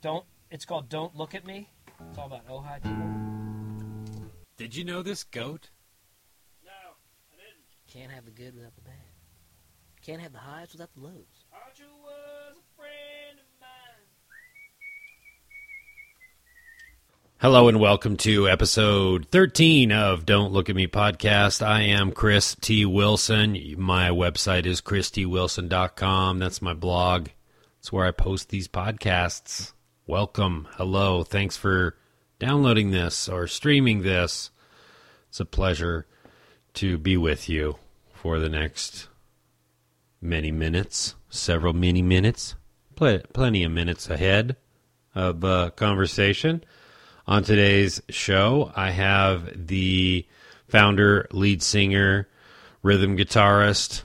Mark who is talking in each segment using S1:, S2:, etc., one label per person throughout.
S1: Don't. It's called Don't Look at Me. It's all about Ojai people.
S2: Did you know this goat?
S3: No, I didn't.
S4: Can't have the good without the bad. Can't have the highs without the lows.
S3: Archer was a friend of mine.
S2: Hello and welcome to episode 13 of Don't Look at Me podcast. I am Chris T. Wilson. My website is christwilson.com. That's my blog. That's where I post these podcasts. Welcome. Hello. Thanks for downloading this or streaming this. It's a pleasure to be with you for the next many minutes, several many minutes, pl- plenty of minutes ahead of uh, conversation. On today's show, I have the founder, lead singer, rhythm guitarist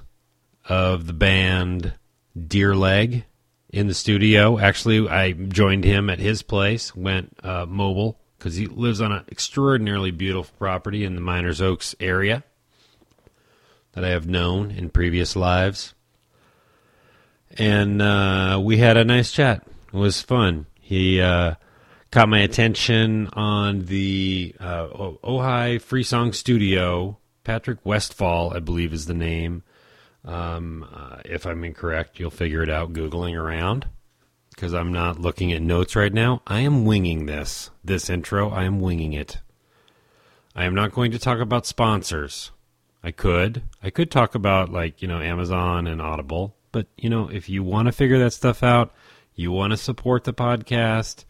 S2: of the band Deer Leg in the studio. Actually, I joined him at his place, went uh, mobile because he lives on an extraordinarily beautiful property in the Miners Oaks area that I have known in previous lives. And uh, we had a nice chat. It was fun. He uh, caught my attention on the uh, O- Ojai Free Song Studio. Patrick Westfall, I believe, is the name. Um, uh, if I'm incorrect, you'll figure it out Googling around because I'm not looking at notes right now. I am winging this. This intro, I am winging it. I am not going to talk about sponsors. I could. I could talk about like, you know, Amazon and Audible, but you know, if you want to figure that stuff out, you want to support the podcast,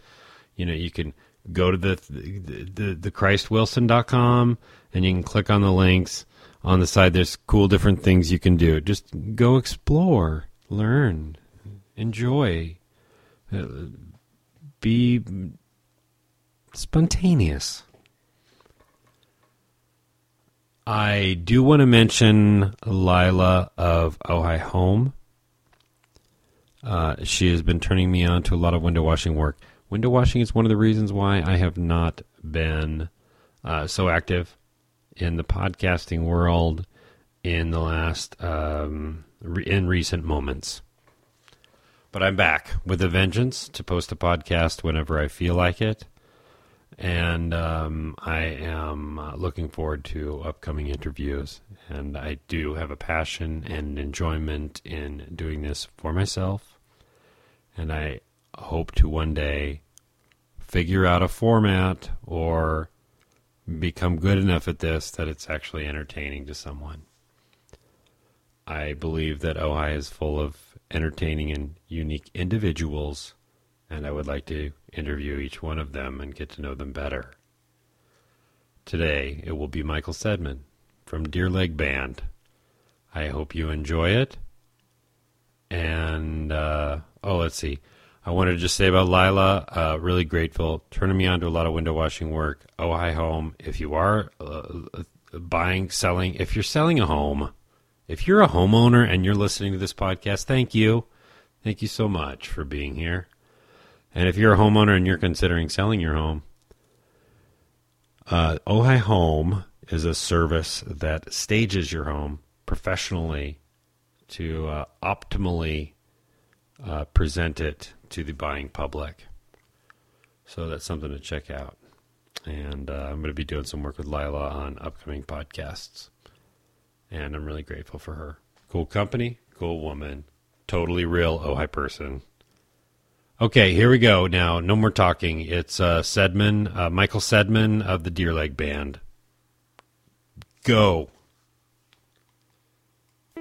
S2: you know, you can go to the the, the, the christwilson.com and you can click on the links on the side there's cool different things you can do. Just go explore, learn, enjoy. Uh, be spontaneous. I do want to mention Lila of Ojai Home. Uh, she has been turning me on to a lot of window washing work. Window washing is one of the reasons why I have not been uh, so active in the podcasting world in the last um, re- in recent moments. But I'm back with a vengeance to post a podcast whenever I feel like it and um, I am uh, looking forward to upcoming interviews. And I do have a passion and enjoyment in doing this for myself. And I hope to one day figure out a format or become good enough at this that it's actually entertaining to someone. I believe that Ojai is full of entertaining and unique individuals and I would like to interview each one of them and get to know them better. Today, it will be Michael Sedman from Deer Leg Band. I hope you enjoy it. And, uh, oh, let's see. I wanted to just say about Lila, uh, really grateful, turning me on to a lot of window washing work. Oh, hi, home. If you are uh, buying, selling, if you're selling a home, if you're a homeowner and you're listening to this podcast, thank you. Thank you so much for being here. And if you're a homeowner and you're considering selling your home, uh, Ojai Home is a service that stages your home professionally to uh, optimally uh, present it to the buying public. So that's something to check out. And uh, I'm going to be doing some work with Lila on upcoming podcasts. And I'm really grateful for her. Cool company, cool woman, totally real Ojai person. Okay, here we go. Now, no more talking. It's uh, Sedman, uh, Michael Sedman of the Deer Leg Band. Go.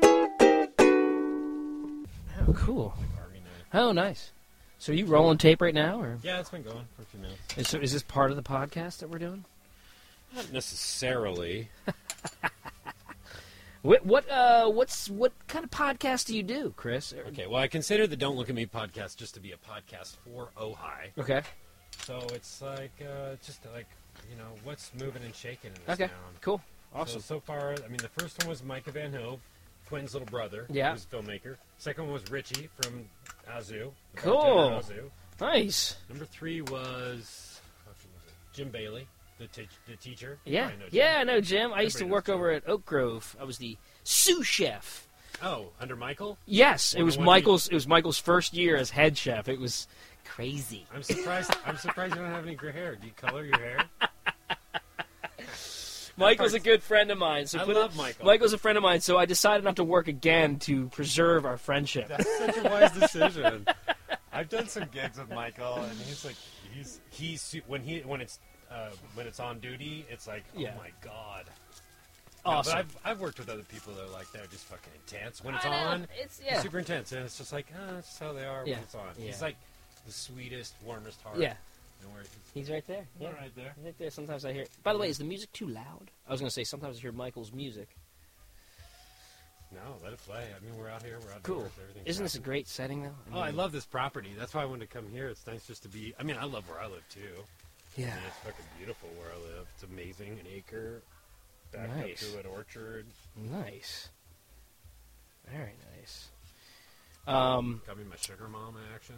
S1: Oh, cool. Oh, nice. So are you rolling tape right now, or
S2: Yeah, it's been going for a few minutes.
S1: is, is this part of the podcast that we're doing?
S2: Not necessarily.
S1: What what uh what's what kind of podcast do you do, Chris?
S2: Okay, well, I consider the Don't Look at Me podcast just to be a podcast for Ojai.
S1: Okay.
S2: So it's like, uh, just like, you know, what's moving and shaking in this
S1: Okay.
S2: town.
S1: Cool.
S2: So,
S1: Awesome.
S2: so far, I mean, the first one was Micah Van Hove, Quinn's little brother,
S1: Yeah.
S2: who's a filmmaker. Second one was Richie from Azu. the
S1: Cool.
S2: bartender at Azu.
S1: Nice.
S2: Number three was Jim Bailey, the, t- the teacher.
S1: Yeah.
S2: I know Jim.
S1: yeah, I know, Jim. I used to
S2: Everybody
S1: work
S2: knows
S1: over at Oak Grove. I was the sous chef.
S2: Oh, under Michael?
S1: Yes, it
S2: Wonder
S1: was
S2: what he-
S1: Michael's. It was Michael's first year as head chef. It was
S4: crazy.
S2: I'm surprised. I'm surprised you don't have any gray hair. Do you color your hair?
S1: Michael's a good friend of mine. So
S2: I
S1: put
S2: love
S1: it,
S2: Michael.
S1: Michael's a friend of mine, so I decided not to work again to preserve our friendship.
S2: That's such a wise decision. I've done some gigs with Michael, and he's like, he's he's su- when he when it's uh, when it's on duty, it's like, oh
S1: Yeah.
S2: my god. No, but
S1: Awesome.
S2: I've, I've worked with other people that are like that, are just fucking intense. When it's
S1: I know,
S2: on,
S1: It's
S2: it's
S1: yeah.
S2: super intense, and it's just like, ah, that's just how they are
S1: Yeah.
S2: when it's on.
S1: Yeah.
S2: He's like the sweetest, warmest heart.
S1: Yeah.
S2: And we're, he's
S1: He's right there. Yeah.
S2: right there.
S1: He's right there. Sometimes I hear. By the way, is the music too loud? I was gonna say sometimes I hear Michael's music.
S2: No, let it play. I mean, we're out here. We're out
S1: Cool.
S2: Everything's
S1: Isn't this a
S2: happening.
S1: great setting though?
S2: Oh, I
S1: mean,
S2: love this property. That's why I wanted to come here. It's nice just to be. I mean, I love where I live too.
S1: Yeah.
S2: I mean, it's fucking beautiful where I live. It's amazing. An acre, back
S1: Nice.
S2: up to an orchard.
S1: Nice. Very nice. Um.
S2: Got me my sugar mama action.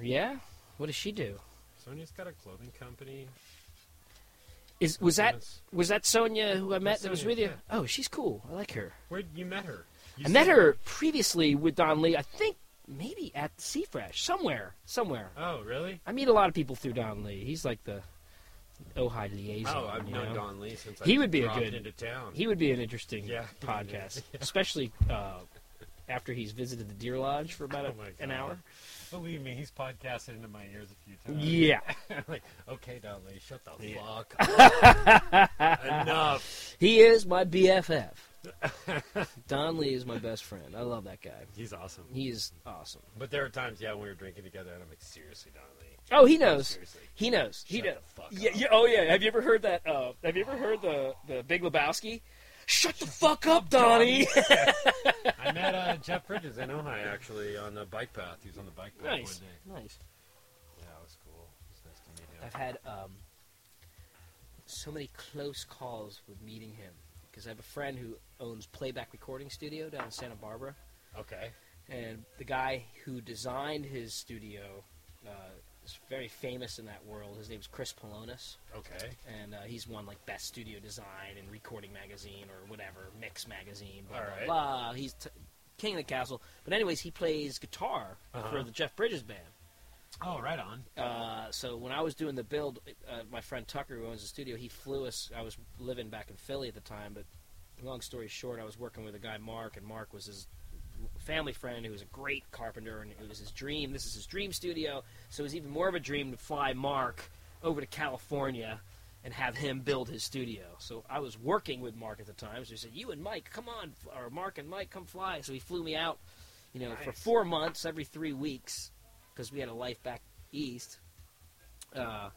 S1: Yeah. What does she do?
S2: Sonia's got a clothing company.
S1: Is was that
S2: Yes.
S1: was that Sonia who I met that was
S2: Sonia,
S1: with you?
S2: yeah.
S1: Oh, she's cool. I like her.
S2: Where you met her? You
S1: I met
S2: said-
S1: her previously with Don Lee. I think maybe at Seafresh somewhere. Somewhere.
S2: Oh, really?
S1: I meet a lot of people through Don Lee. He's like the Ojai liaison.
S2: Oh, I've
S1: you
S2: known
S1: know?
S2: Don Lee since I
S1: He would be a
S2: dropped
S1: good-
S2: into town.
S1: He would be an interesting
S2: Yeah.
S1: podcast, especially uh, after he's visited the Deer Lodge for about a-
S2: Oh my
S1: an
S2: God.
S1: hour.
S2: Believe me, he's podcasted into my ears a few times.
S1: Yeah,
S2: like, okay, Don Lee, shut the
S1: Yeah.
S2: fuck up. Enough.
S1: he is my BFF. Don Lee is my best friend. I love that guy.
S2: He's awesome.
S1: He is awesome.
S2: But there are times, yeah, when we were drinking together, and I'm like, seriously, Don Lee.
S1: Oh, he knows.
S2: Seriously.
S1: He knows. He
S2: Shut
S1: knows.
S2: the fuck
S1: Yeah,
S2: up.
S1: yeah. Oh, yeah. Have you ever heard that? Uh, have you ever heard the the Big Lebowski? Shut the fuck up, Donnie.
S2: I met uh, Jeff Bridges in Ojai actually on the bike path. He was on the bike path
S1: nice,
S2: one day.
S1: nice.
S2: Yeah, it was cool. It was nice to meet him.
S1: I've had um, so many close calls with meeting him because I have a friend who owns Playback Recording Studio down in Santa Barbara,
S2: Okay.
S1: and the guy who designed his studio uh, is very famous in that world. His name's Chris Polonis,
S2: Okay.
S1: and uh, he's won like Best Studio Design in Recording Magazine or whatever Mix Magazine. Blah
S2: All
S1: blah
S2: right.
S1: blah. He's t- king of the castle. But anyways, he plays guitar
S2: Uh-huh.
S1: for the Jeff Bridges band.
S2: Oh, right on.
S1: Uh, so when I was doing the build, uh, my friend Tucker, who owns the studio, he flew us. I was living back in Philly at the time, but long story short, I was working with a guy, Mark, and Mark was his family friend who was a great carpenter, and it was his dream. This is his dream studio, so it was even more of a dream to fly Mark over to California and have him build his studio. So I was working with Mark at the time, so he said, "You and Mike, come on, f- or Mark and Mike, come fly." So he flew me out, you know, for
S2: Nice.
S1: four months every three weeks because we had a life back east. Uh,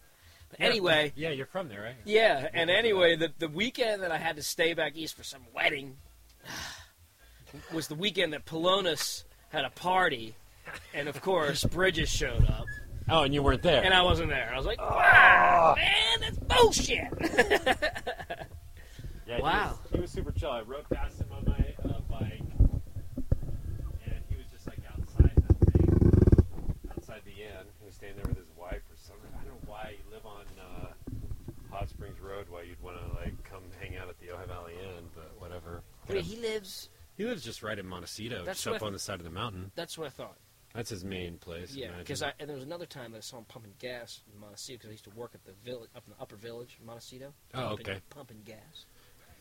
S1: but anyway,
S2: Yeah, you're from there, right?
S1: yeah, and
S2: for that.
S1: anyway, the, the weekend that I had to stay back east for some wedding was the weekend that Polonus had a party, and of course Bridges showed up,
S2: Oh, and you weren't there.
S1: and I wasn't there. I was like, wow, man, that's bullshit.
S2: yeah,
S1: Wow.
S2: He was, he was super chill. I rode past him on my uh, bike, and he was just like outside that thing, outside the inn. He was standing there with his wife or something. I don't know why you live on uh, Hot Springs Road. Why you'd want to like come hang out at the Ojai Valley Inn, but whatever.
S1: Wait, he lives.
S2: He lives just right in Montecito,
S1: That's
S2: just up
S1: what-
S2: on the side of the mountain.
S1: That's what I thought.
S2: That's his main place.
S1: Yeah,
S2: imagine.
S1: because I and there was another time that I saw him pumping gas in Montecito because I used to work at the village up in the Upper Village, in Montecito.
S2: Oh,
S1: pumping-
S2: okay.
S1: Pumping gas,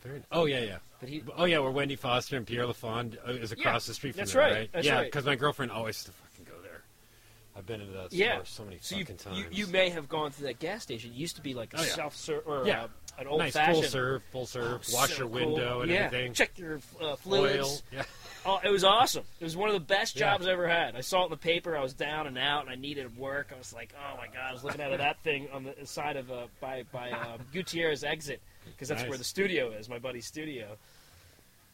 S2: Very- oh yeah, yeah.
S1: but he
S2: Oh yeah, where Wendy Foster and Pierre Lafond uh, is across
S1: Yeah,
S2: the street from
S1: that's
S2: there,
S1: right,
S2: right?
S1: that's
S2: yeah,
S1: right.
S2: because my girlfriend always used to fucking go there. I've been into that store
S1: Yeah.
S2: so many
S1: So you,
S2: fucking
S1: you
S2: times.
S1: you may have gone to that gas station. It used to be like a
S2: Oh, yeah.
S1: self serve or
S2: Yeah.
S1: uh, an old
S2: nice
S1: fashioned. Oh,
S2: full serve, full serve, wash your window and
S1: yeah.
S2: everything.
S1: Check your uh,
S2: oil.
S1: fluids.
S2: Yeah.
S1: Oh, it was awesome. It was one of the best
S2: Yeah.
S1: jobs I ever had. I saw it in the paper. I was down and out, and I needed work. I was like, oh my god! I was looking out of that thing on the side of uh, by by uh, Gutierrez exit because that's
S2: Nice.
S1: where the studio is, my buddy's studio.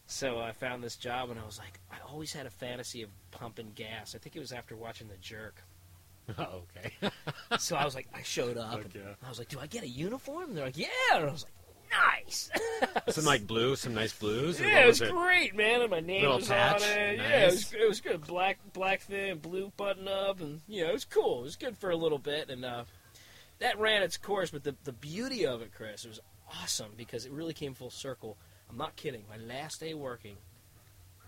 S1: So I found this job, and I was like, I always had a fantasy of pumping gas. I think it was after watching The Jerk.
S2: Oh, okay.
S1: So I was like, I showed up.
S2: Fuck yeah.
S1: And I was like, do I get a uniform? And they're like, yeah. And I was like, nice.
S2: some like blue, some nice blues. or
S1: yeah,
S2: what
S1: it was
S2: was it?
S1: great, man. And my name
S2: Little
S1: was
S2: patch?
S1: on it. Yeah, it was,
S2: Nice.
S1: it was good. Black, black thing, blue button up, and you know, it was cool. It was good for a little bit, and uh, that ran its course. But the the beauty of it, Chris, it was awesome because it really came full circle. I'm not kidding. My last day working,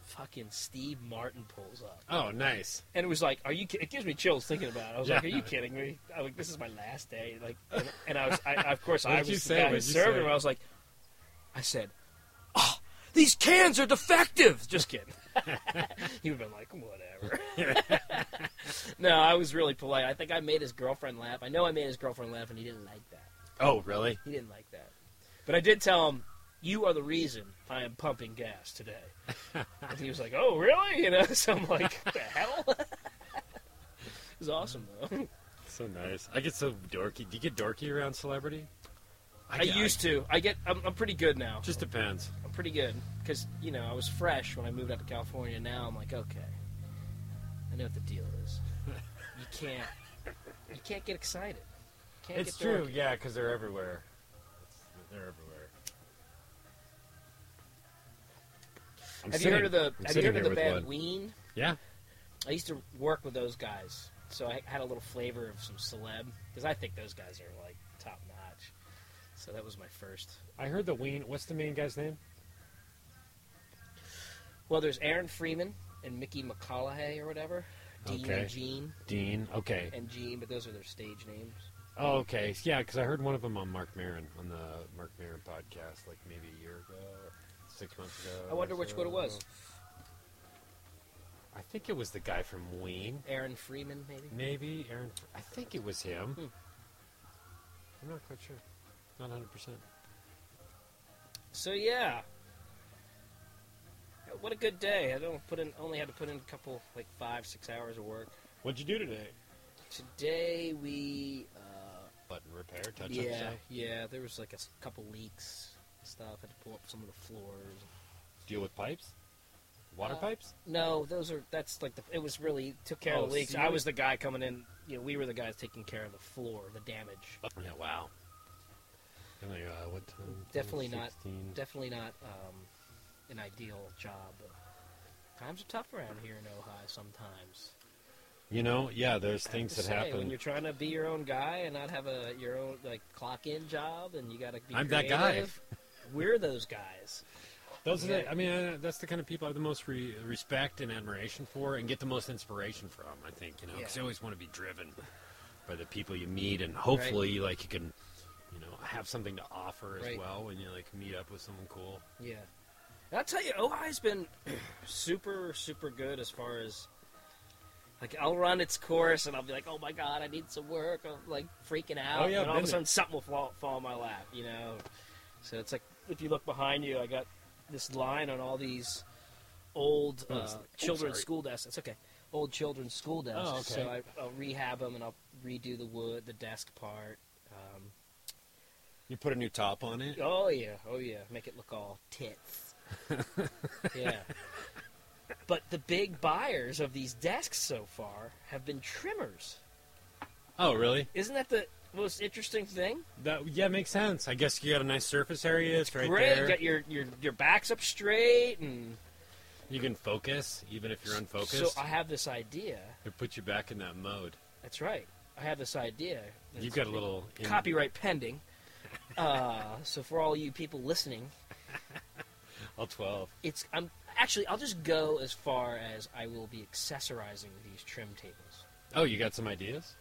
S1: fucking Steve Martin pulls up.
S2: Oh, nice.
S1: And it was like, "Are you?" ki- It gives me chills thinking about it. I was like, "Are
S2: Yeah.
S1: you kidding me?" I was like, "This is my last day." Like, and, and I was, I, I- of course,
S2: What
S1: I
S2: did
S1: was
S2: you
S1: the
S2: say?
S1: guy
S2: What
S1: who
S2: did you
S1: served
S2: say?
S1: him. I was like, I said, "Oh, these cans are defective." Just kidding. he would have been like, "Whatever." no, I was really polite. I think I made his girlfriend laugh. I know I made his girlfriend laugh, and he didn't like that.
S2: Oh, really?
S1: He didn't like that. But I did tell him, "You are the reason I am pumping gas today." and he was like, "Oh, really?" You know. So I'm like, "What "The hell." it was awesome though.
S2: So nice. I get so dorky. Do you get dorky around celebrity?
S1: I,
S2: get-
S1: used to. I get. I'm, I'm pretty good now.
S2: Just depends.
S1: I'm pretty good because you know I was fresh when I moved out to California. Now I'm like, okay, I know what the deal is. You can't. You can't get excited. Can't
S2: it's
S1: get
S2: true,
S1: dorky.
S2: yeah, because they're everywhere. It's- they're everywhere. I'm
S1: Have
S2: sitting-
S1: you heard of the
S2: I'm
S1: Have you
S2: sitting
S1: heard of
S2: here
S1: the
S2: with
S1: band
S2: one.
S1: Ween?
S2: Yeah.
S1: I used to work with those guys, so I had a little flavor of some celeb because I think those guys are like top notch. So that was my first.
S2: I heard the Ween. What's the main guy's name?
S1: Well, there's Aaron Freeman and Mickey McConaughey or whatever, Dean
S2: Okay.
S1: and Gene
S2: Dean. Okay.
S1: and Gene, but those are their stage names.
S2: Oh, okay. Yeah, because I heard one of them on Mark Maron on the Mark Maron podcast, like maybe a year ago, or six months ago.
S1: I wonder
S2: or
S1: which one it
S2: so.
S1: was.
S2: I think it was the guy from Ween.
S1: Aaron Freeman, maybe.
S2: Maybe Aaron. I think it was him.
S1: Hmm.
S2: I'm not quite sure. Not 100. percent
S1: So yeah, what a good day. I don't put in only had to put in a couple like five six hours of work.
S2: What'd you do today?
S1: Today we. Uh,
S2: Button repair, touch up
S1: yeah,
S2: stuff,
S1: yeah. There was like a s- couple leaks, and stuff. Had to pull up some of the floors.
S2: deal with pipes, water
S1: Uh,
S2: pipes.
S1: No, those are. That's like the. It was really took care
S2: Oh,
S1: of the leaks.
S2: see?
S1: I was the guy coming in. You know, we were the guys taking care of the floor, the damage.
S2: Oh, Yeah, wow. And like, uh, what time?
S1: Definitely not-
S2: 16.
S1: Definitely not um, an ideal job. Times are tough around here in Ohio sometimes.
S2: you know, yeah. There's
S1: I have
S2: things
S1: to
S2: that
S1: say, when
S2: happen.
S1: you're trying to be your own guy and not have a your own like clock in job, and you got to be.
S2: I'm that guy.
S1: creative, We're those guys.
S2: Those are
S1: Yeah.
S2: the, I mean, uh, that's the kind of people I have the most re- respect and admiration for, and get the most inspiration from. I think you know, because
S1: Yeah.
S2: you always want to be driven by the people you meet, and hopefully, like you can, you know, have something to offer as
S1: Right.
S2: well when you like meet up with someone cool.
S1: Yeah. And I'll tell you, Ohio's been super, super good as far as. Like, I'll run its course and I'll be like, oh my god, I need some work. I'm like freaking out.
S2: Oh, yeah,
S1: and all of
S2: been
S1: a sudden,
S2: there.
S1: something will fall, fall in my lap, you know? So it's like, if you look behind you, I got this line on all these old
S2: Oh,
S1: uh,
S2: it's- oh,
S1: children's
S2: sorry.
S1: school desks. It's okay. Old children's school desks.
S2: Oh,
S1: So I,
S2: okay.
S1: I'll rehab them and I'll redo the wood, the desk part. Um,
S2: You put a new top on it.
S1: Oh yeah, oh yeah. Make it look all tits. yeah. But the big buyers of these desks so far have been trimmers.
S2: Oh, really?
S1: Isn't that the most interesting thing?
S2: That yeah, makes sense. I guess you got a nice surface area. It's right
S1: Great,
S2: there.
S1: got your, your your backs up straight, and
S2: You can focus, even if you're
S1: so
S2: unfocused.
S1: I have this idea.
S2: It puts you back in that mode.
S1: That's right. I have this idea.
S2: You've got a little in-
S1: copyright pending. Uh, so for all you people listening,
S2: All twelve.
S1: it's I'm actually I'll just go as far as I will be accessorizing these trim tables.
S2: Oh, you got some ideas?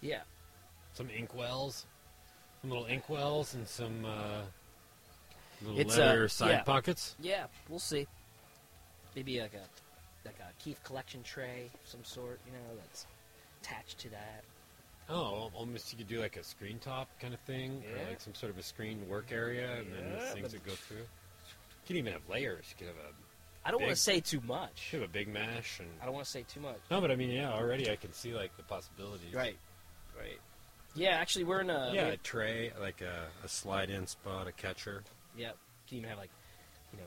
S1: Yeah,
S2: Some inkwells, some little inkwells, and some uh, little
S1: It's,
S2: leather
S1: uh,
S2: side
S1: yeah.
S2: pockets.
S1: Yeah, we'll see. Maybe like a like a Keith collection tray of some sort, you know, that's attached to that.
S2: Oh, almost you could do like a screen top kind of thing,
S1: Yeah.
S2: or like some sort of a screen work area, and then
S1: Yeah,
S2: there's things
S1: but-
S2: that go through. You could even have layers. You could have a
S1: I don't want
S2: Big.
S1: to say too much.
S2: you have a big mash and.
S1: I don't want to say too much.
S2: No, but I mean, yeah. Already, I can see like the possibilities.
S1: Right. Yeah, actually, we're in a
S2: yeah,
S1: we're-
S2: Uh, a tray, like a, a slide-in spot, a catcher.
S1: yeah. Can even have like, you know,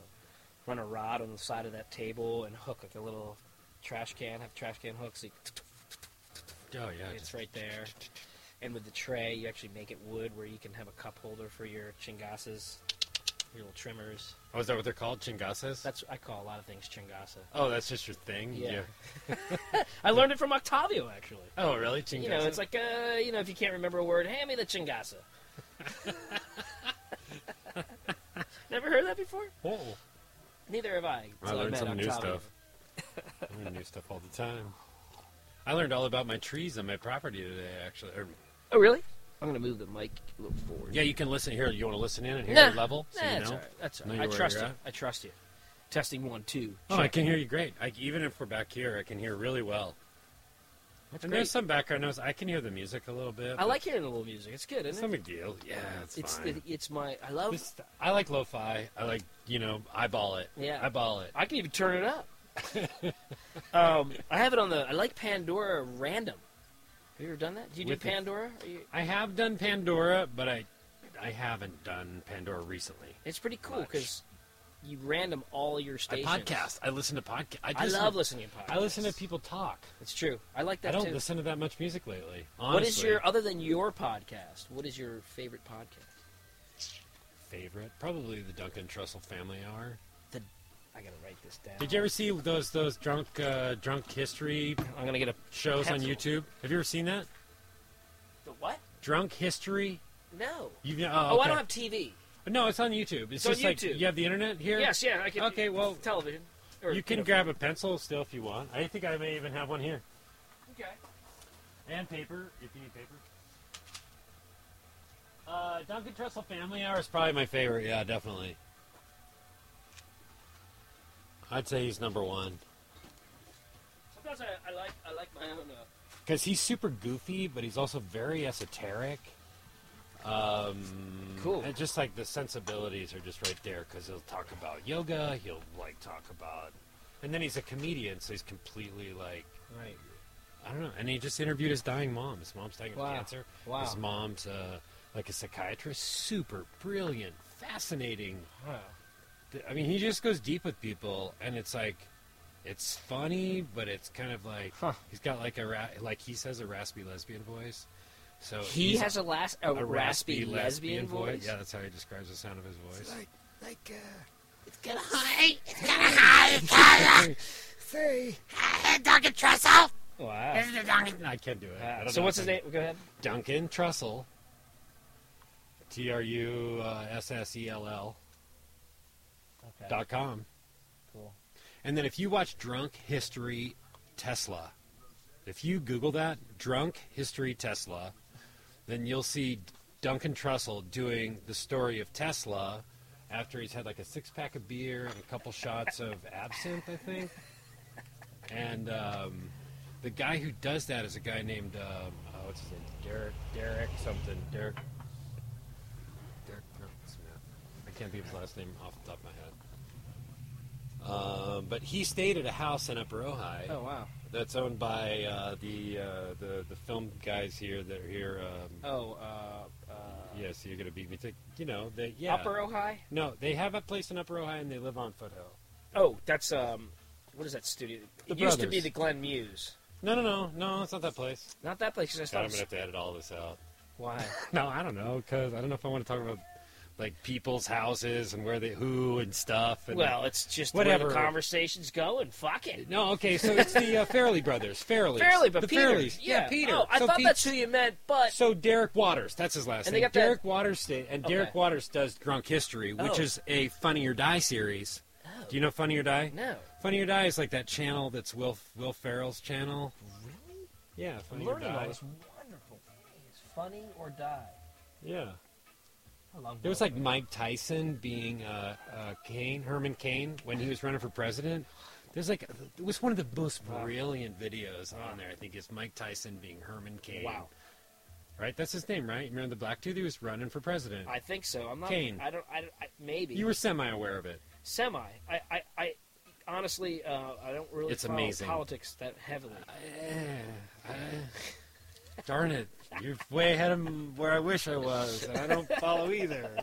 S1: run a rod on the side of that table and hook like a little trash can. Have trash can hooks. So you,
S2: Oh yeah,
S1: it's right there. And with the tray, you actually make it wood where you can have a cup holder for your chingasas, your little trimmers.
S2: Oh, is that what they're called, chingasas?
S1: That's I call a lot of things chingasa.
S2: oh, that's just your thing.
S1: Yeah. I learned it from Octavio, actually.
S2: Oh, really? Chingasa.
S1: You know, it's like, uh, you know, if you can't remember a word, hand me the chingasa. Never heard that before?
S2: Whoa.
S1: Neither have I.
S2: I
S1: till
S2: learned
S1: met
S2: some new
S1: Octavio.
S2: stuff. I learn new stuff all the time. I learned all about my trees on my property today, actually. Or,
S1: Oh, really? I'm gonna move the mic a little forward.
S2: yeah, you can listen here. You want to listen in and hear
S1: Nah.
S2: your level? So
S1: Nah,
S2: you
S1: that's
S2: know?
S1: all right. That's all
S2: Know
S1: right.
S2: you
S1: I
S2: where
S1: trust
S2: you're
S1: you.
S2: at?
S1: I trust you. Testing one, two.
S2: Oh, I
S1: Check.
S2: can hear you great. I, even if we're back here, I can hear really well.
S1: That's
S2: and
S1: great.
S2: there's some background noise. I can hear the music a little bit.
S1: I
S2: but
S1: like hearing a little music. It's good,
S2: It's
S1: isn't
S2: no
S1: it?
S2: big deal. Yeah, it's,
S1: It's
S2: fine.
S1: it- it's my. I love.
S2: Just- I like lo-fi. I like you know eyeball it.
S1: Yeah.
S2: eyeball it.
S1: I can even turn it up. um, I have it on the. I like Pandora Random. Have you ever done that? Do you do
S2: With the-
S1: Pandora? Are you-
S2: I have done Pandora, but I I haven't done Pandora recently.
S1: It's pretty cool
S2: Much.
S1: because you random all your
S2: I
S1: stations.
S2: podcast. I listen to podcast. I,
S1: I
S2: listen
S1: love
S2: to-
S1: listening to podcasts.
S2: I listen to people talk.
S1: It's true. I like that
S2: I don't
S1: too.
S2: listen to that much music lately. Honestly,
S1: what is your other than your podcast? What is your favorite podcast?
S2: favorite? Probably the Duncan Trussell Family Hour.
S1: I gotta write this down.
S2: Did you ever see those those drunk uh, drunk history
S1: I'm gonna get a
S2: shows on
S1: Pencil.
S2: YouTube? Have you ever seen that?
S1: the what?
S2: Drunk history.
S1: No.
S2: You oh,
S1: Oh, I
S2: okay.
S1: don't have TV.
S2: No, it's on YouTube. It's,
S1: It's on
S2: just like
S1: YouTube.
S2: you have the internet here.
S1: Yes, yeah, I can.
S2: Okay, well,
S1: television. Or,
S2: You
S1: know,
S2: can grab a pencil still if you want. I think I may even have one here.
S1: Okay.
S2: And paper, if you need paper. Uh, Duncan Trussell Family Hour is probably my favorite. Yeah, definitely. I'd say he's number one
S1: Sometimes I, I like I like my own. Uh,
S2: because he's super goofy, but he's also very esoteric. Um,
S1: Cool.
S2: and just like the sensibilities are just right there because he'll talk about yoga. He'll like talk about, and then he's a comedian, so he's completely like
S1: right.
S2: I don't know. And he just interviewed his dying mom. His mom's dying of
S1: Wow.
S2: cancer.
S1: Wow.
S2: His mom's uh, like a psychiatrist. Super brilliant, fascinating. Th- I mean, he just goes deep with people, and it's like, it's funny, but it's kind of like
S1: Huh.
S2: he's got like a ra- like he says a raspy lesbian voice. So
S1: He
S2: he's
S1: has a last a, raspy, lesbian, voice.
S2: Yeah, that's how he describes the sound of his voice.
S1: Like uh,
S2: say,
S5: Duncan Trussell.
S1: wow.
S5: This is the Duncan.
S2: I can't do it. I
S1: Uh,
S2: don't
S1: so
S2: know
S1: what's
S2: if
S1: his
S2: I-
S1: name? Go ahead.
S2: Duncan Trussell. T R U S S E L L
S1: Okay.
S2: dot com.
S1: Cool.
S2: And then if you watch Drunk History Tesla, if you Google that, Drunk History Tesla, then you'll see Duncan Trussell doing the story of Tesla after he's had like a six pack of beer and a couple shots of absinthe, I think. And um, the guy who does that is a guy named, um, oh, what's his name? Derek, Derek something. Derek. Derek Smith. I can't think of his last name off the top of my head. Um, but he stayed at a house in Upper Ojai
S1: Oh wow.
S2: that's owned by uh, the, uh, the the film guys here that are here. Um,
S1: Oh. Uh, uh,
S2: yes, you're gonna beat me. To, you know, they, yeah.
S1: Upper Ojai.
S2: no, they have a place in Upper Ojai and they live on foothill.
S1: Oh, that's um. What is that studio?
S2: The
S1: it used to
S2: Brothers.
S1: be the Glen Muse.
S2: No, no, no, no. It's not that place.
S1: Not that place. 'cause I
S2: God, I'm
S1: thought.
S2: gonna have to edit all this out.
S1: Why?
S2: No, I don't know because I don't know if I want to talk about like people's houses and where they who and stuff. And,
S1: well, it's just whatever
S2: Whatever.
S1: the conversation's going. Fuck it.
S2: No, okay, so it's the uh, Fairley brothers. Fairley.
S1: Fairly, but
S2: the
S1: Peter.
S2: Fairleys. Yeah, Peter.
S1: Oh, I
S2: So
S1: thought
S2: Pete-
S1: that's who you meant, but
S2: So Derek Waters, that's his last
S1: And they
S2: name.
S1: got that-
S2: Derek Waters stayed, and Derek
S1: Okay.
S2: Waters does Drunk History, which
S1: Oh.
S2: is a Funny or Die series. Do you know Funny or Die?
S1: no.
S2: Funny or Die is like that channel that's Will Will Ferrell's channel.
S1: Really?
S2: Yeah, Funny
S1: I'm learning
S2: or Die.
S1: all this wonderful things. Funny or die.
S2: Yeah,
S1: I love
S2: there was
S1: Will
S2: like Mike Tyson being uh, uh, Kane, Herman Kane, when he was running for president. There's like it was one of the most brilliant videos on there. I think is Mike Tyson being Herman Kane.
S1: Wow.
S2: Right, that's his name, right? Remember the black dude who was running for president?
S1: I think so. I'm not.
S2: Kane.
S1: I don't. I, don't- I maybe.
S2: you were semi-aware of it.
S1: semi. I. I. I honestly, uh, I don't really
S2: It's
S1: follow
S2: amazing.
S1: politics that heavily.
S2: Eh, I- darn it. You're way ahead of m- where I wish I was, and I don't follow either.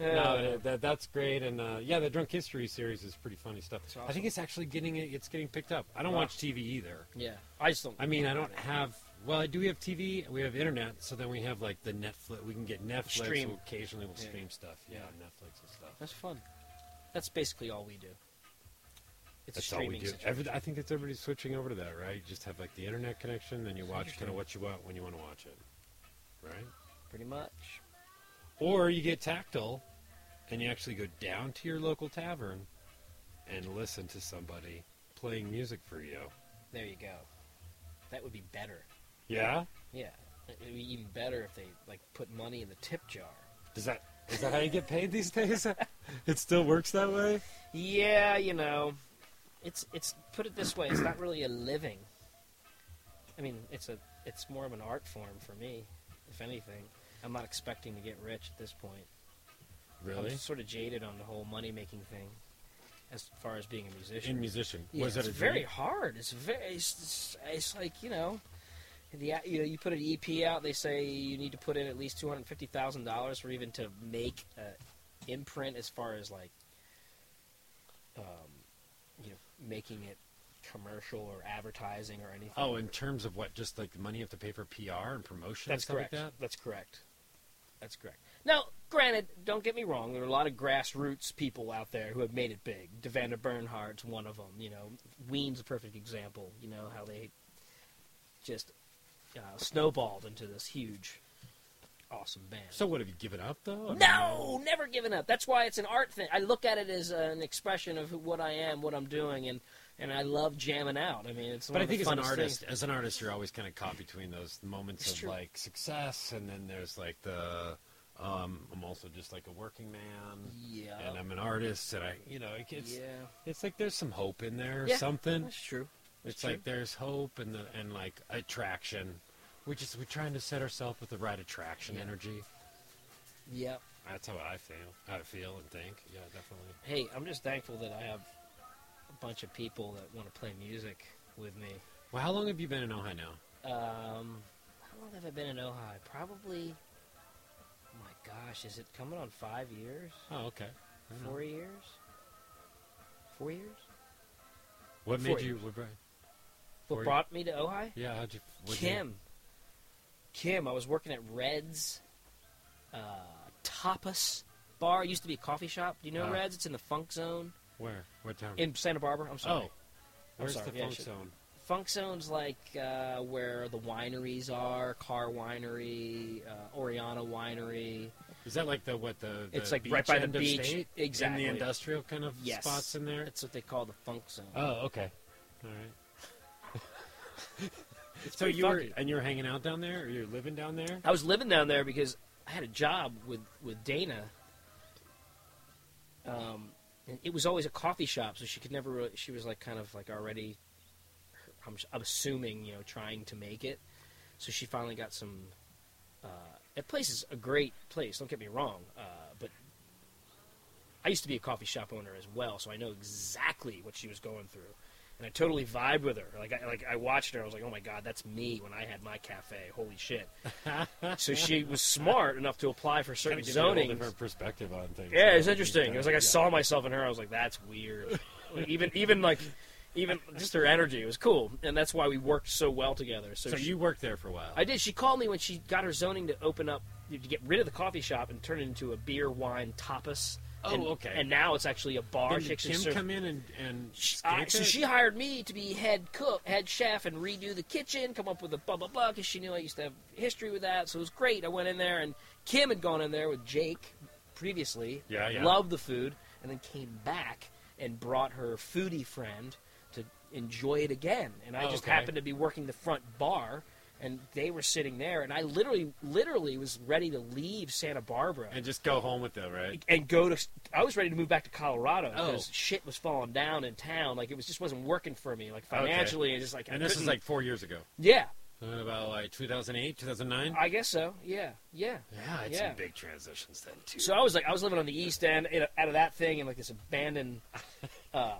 S2: no,
S1: Uh,
S2: that- that, that's great, and uh, yeah, the Drunk History series is pretty funny stuff.
S1: It's awesome.
S2: I think it's actually getting it's getting picked up. I don't
S1: Wow.
S2: watch TV either.
S1: yeah. I just don't.
S2: I mean, I don't have. Well, I do have TV. We have internet, so then we have like the Netflix. We can get Netflix.
S1: Stream.
S2: we'll- Occasionally, we'll
S1: Yeah.
S2: stream stuff. Yeah,
S1: Yeah.
S2: Netflix and stuff.
S1: That's fun. That's basically all we do. It's a
S2: That's all
S1: streaming
S2: we do.
S1: situation.
S2: Every, I think that's everybody's switching over to that, right? You just have like the internet connection, and you watch kind
S1: interesting.
S2: of what you want when you want to watch it, right?
S1: pretty much.
S2: Or you get tactile, and you actually go down to your local tavern and listen to somebody playing music for you.
S1: There you go. That would be better.
S2: Yeah?
S1: Yeah, it would be even better if they like put money in the tip jar.
S2: Is that is that how you get paid these days? it still works that way?
S1: Yeah, you know, it's it's put it this way. It's not really a living. I mean, it's a it's more of an art form for me, if anything. I'm not expecting to get rich at this point. I'm sort of jaded on the whole money making thing, as far as being a musician.
S2: In musician.
S1: Yeah,
S2: was that
S1: it's
S2: a
S1: very
S2: dream?
S1: hard. It's very. It's, it's, it's like you know, the you know you put an EP out. They say you need to put in at least two hundred fifty thousand dollars for even to make an imprint as far as like, um, you know, making it commercial or advertising or anything.
S2: Oh, in terms of what, just like the money you have to pay for PR and promotion and
S1: that's
S2: stuff
S1: correct.
S2: like that?
S1: That's correct. That's correct. Now, granted, don't get me wrong. There are a lot of grassroots people out there who have made it big. Devanda Bernhardt's one of them. You know, Ween's a perfect example. You know how they just uh, snowballed into this huge, awesome band.
S2: So what have you given up though? I mean,
S1: No, never giving up. That's why it's an art thing. I look at it as an expression of who- what I am, what I'm doing, and and I love jamming out. I mean, it's one
S2: But I
S1: of the
S2: think as an
S1: funnest
S2: artist,
S1: things.
S2: as an artist, you're always kind of caught between those moments
S1: It's
S2: of
S1: true.
S2: like success, and then there's like the um, I'm also just like a working man,
S1: Yeah,
S2: and I'm an artist, and I, you know, it gets,
S1: yeah,
S2: it's like there's some hope in there or
S1: Yeah.
S2: something.
S1: that's true.
S2: It's
S1: true.
S2: like there's hope and the and like attraction. We're just we're trying to set ourselves with the right attraction
S1: Yeah.
S2: energy.
S1: Yeah.
S2: That's how I feel. How I feel and think. Yeah, definitely.
S1: hey, I'm just thankful that I have a bunch of people that want to play music with me.
S2: Well, how long have you been in Ojai now?
S1: Um, how long have I been in Ojai? Probably, oh my gosh, is it coming on five years?
S2: Oh, okay. I don't know.
S1: Four years? Four years?
S2: What
S1: four
S2: made you?
S1: years.
S2: What, brought- Four
S1: What brought me to Ojai?
S2: yeah, how'd you? what'd you-
S1: Kim. Kim, I was working at Red's uh, Tapas Bar. It used to be a coffee shop. Do you know
S2: Uh.
S1: Red's? It's in the funk zone.
S2: where? What town?
S1: In Santa Barbara, I'm sorry.
S2: Oh, where's
S1: sorry,
S2: the
S1: yeah, I
S2: funk
S1: should-
S2: zone?
S1: Funk Zone's like uh, where the wineries are, Car Winery, uh, Oriana Winery.
S2: Is that like the what the? the
S1: It's like
S2: beach
S1: right by the
S2: end of
S1: beach.
S2: state?
S1: Exactly.
S2: In the industrial kind of
S1: Yes.
S2: spots in there.
S1: That's what they call the Funk Zone.
S2: Oh, okay. All right. so
S1: pretty
S2: you were
S1: funky.
S2: and you were hanging out down there, or you're living down there?
S1: I was living down there because I had a job with with Dana. Um, and it was always a coffee shop, so she could never. Really, she was like kind of like already. I'm, I'm assuming you know trying to make it, so she finally got some. Uh, that place is a great place. Don't get me wrong, uh, but I used to be a coffee shop owner as well, so I know exactly what she was going through, and I totally vibed with her. Like I like I watched her. I was like, oh my god, that's me when I had my cafe. Holy shit! So she was smart enough to apply for
S2: Kinda
S1: certain
S2: gives you a whole
S1: zoning.
S2: different perspective on things.
S1: Yeah, it's
S2: Yeah.
S1: interesting. It was like I saw myself in her. I was like, that's weird. Like, even even like even just her energy. It was cool, and that's why we worked so well together. So,
S2: So
S1: she-
S2: you worked there for a while.
S1: I did. She called me when she got her zoning to open up to get rid of the coffee shop and turn it into a beer, wine, tapas.
S2: Oh,
S1: and,
S2: okay.
S1: And now it's actually a bar.
S2: Then
S1: She
S2: did
S1: actually
S2: Kim
S1: serves-
S2: come in and and
S1: she, I-
S2: escape
S1: so
S2: it?
S1: she hired me to be head cook, head chef, and redo the kitchen, come up with a blah blah blah, because she knew I used to have history with that. So it was great. I went in there, and Kim had gone in there with Jake previously.
S2: Yeah, yeah.
S1: Loved the food, and then came back and brought her foodie friend to enjoy it again. And I
S2: Oh,
S1: just
S2: okay.
S1: happened to be working the front bar. And they were sitting there, and I literally, literally was ready to leave Santa Barbara
S2: and just go home with them, right?
S1: and go to. I was ready to move back to Colorado
S2: Oh.
S1: because shit was falling down in town. Like it was just wasn't working for me. Like financially, and just like I
S2: And this is
S1: couldn't-
S2: like four years ago.
S1: yeah,
S2: Uh, About like 2008, 2009.
S1: I guess so. Yeah, yeah.
S2: Yeah, I had
S1: Yeah.
S2: some big transitions then too.
S1: So I was like, I was living on the east end in, out of that thing in like this abandoned uh,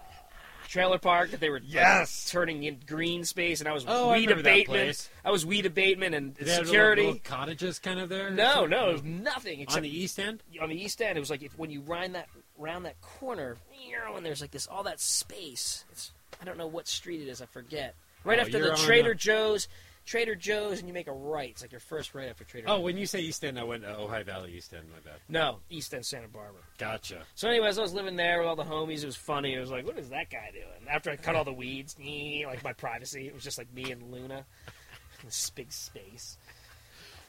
S1: trailer park that they were like,
S2: Yes!
S1: turning in green space, and I was
S2: Oh, I
S1: weed
S2: remember that
S1: abatement.
S2: place.
S1: I was weed abatement and
S2: They had
S1: security.
S2: little, Mm-hmm. little cottages kind of there. or
S1: no,
S2: something?
S1: no, it was nothing
S2: on
S1: except
S2: the east end.
S1: on the east end, it was like if, when you round that round that corner, meow, and there's like this all that space. It's I don't know what street it is. I forget. Right
S2: Oh,
S1: after
S2: you're
S1: the
S2: on
S1: Trader
S2: the-
S1: Joe's, Trader Joe's, and you make a right. It's like your first right after Trader.
S2: Oh,
S1: Joe's.
S2: when you say east end, I went to Ojai Valley East End. My bad.
S1: no, East End Santa Barbara.
S2: Gotcha.
S1: So, anyways, I was living there with all the homies. It was funny. It was like, what is that guy doing? After I cut all the weeds, like my privacy, it was just like me and Luna in this big space.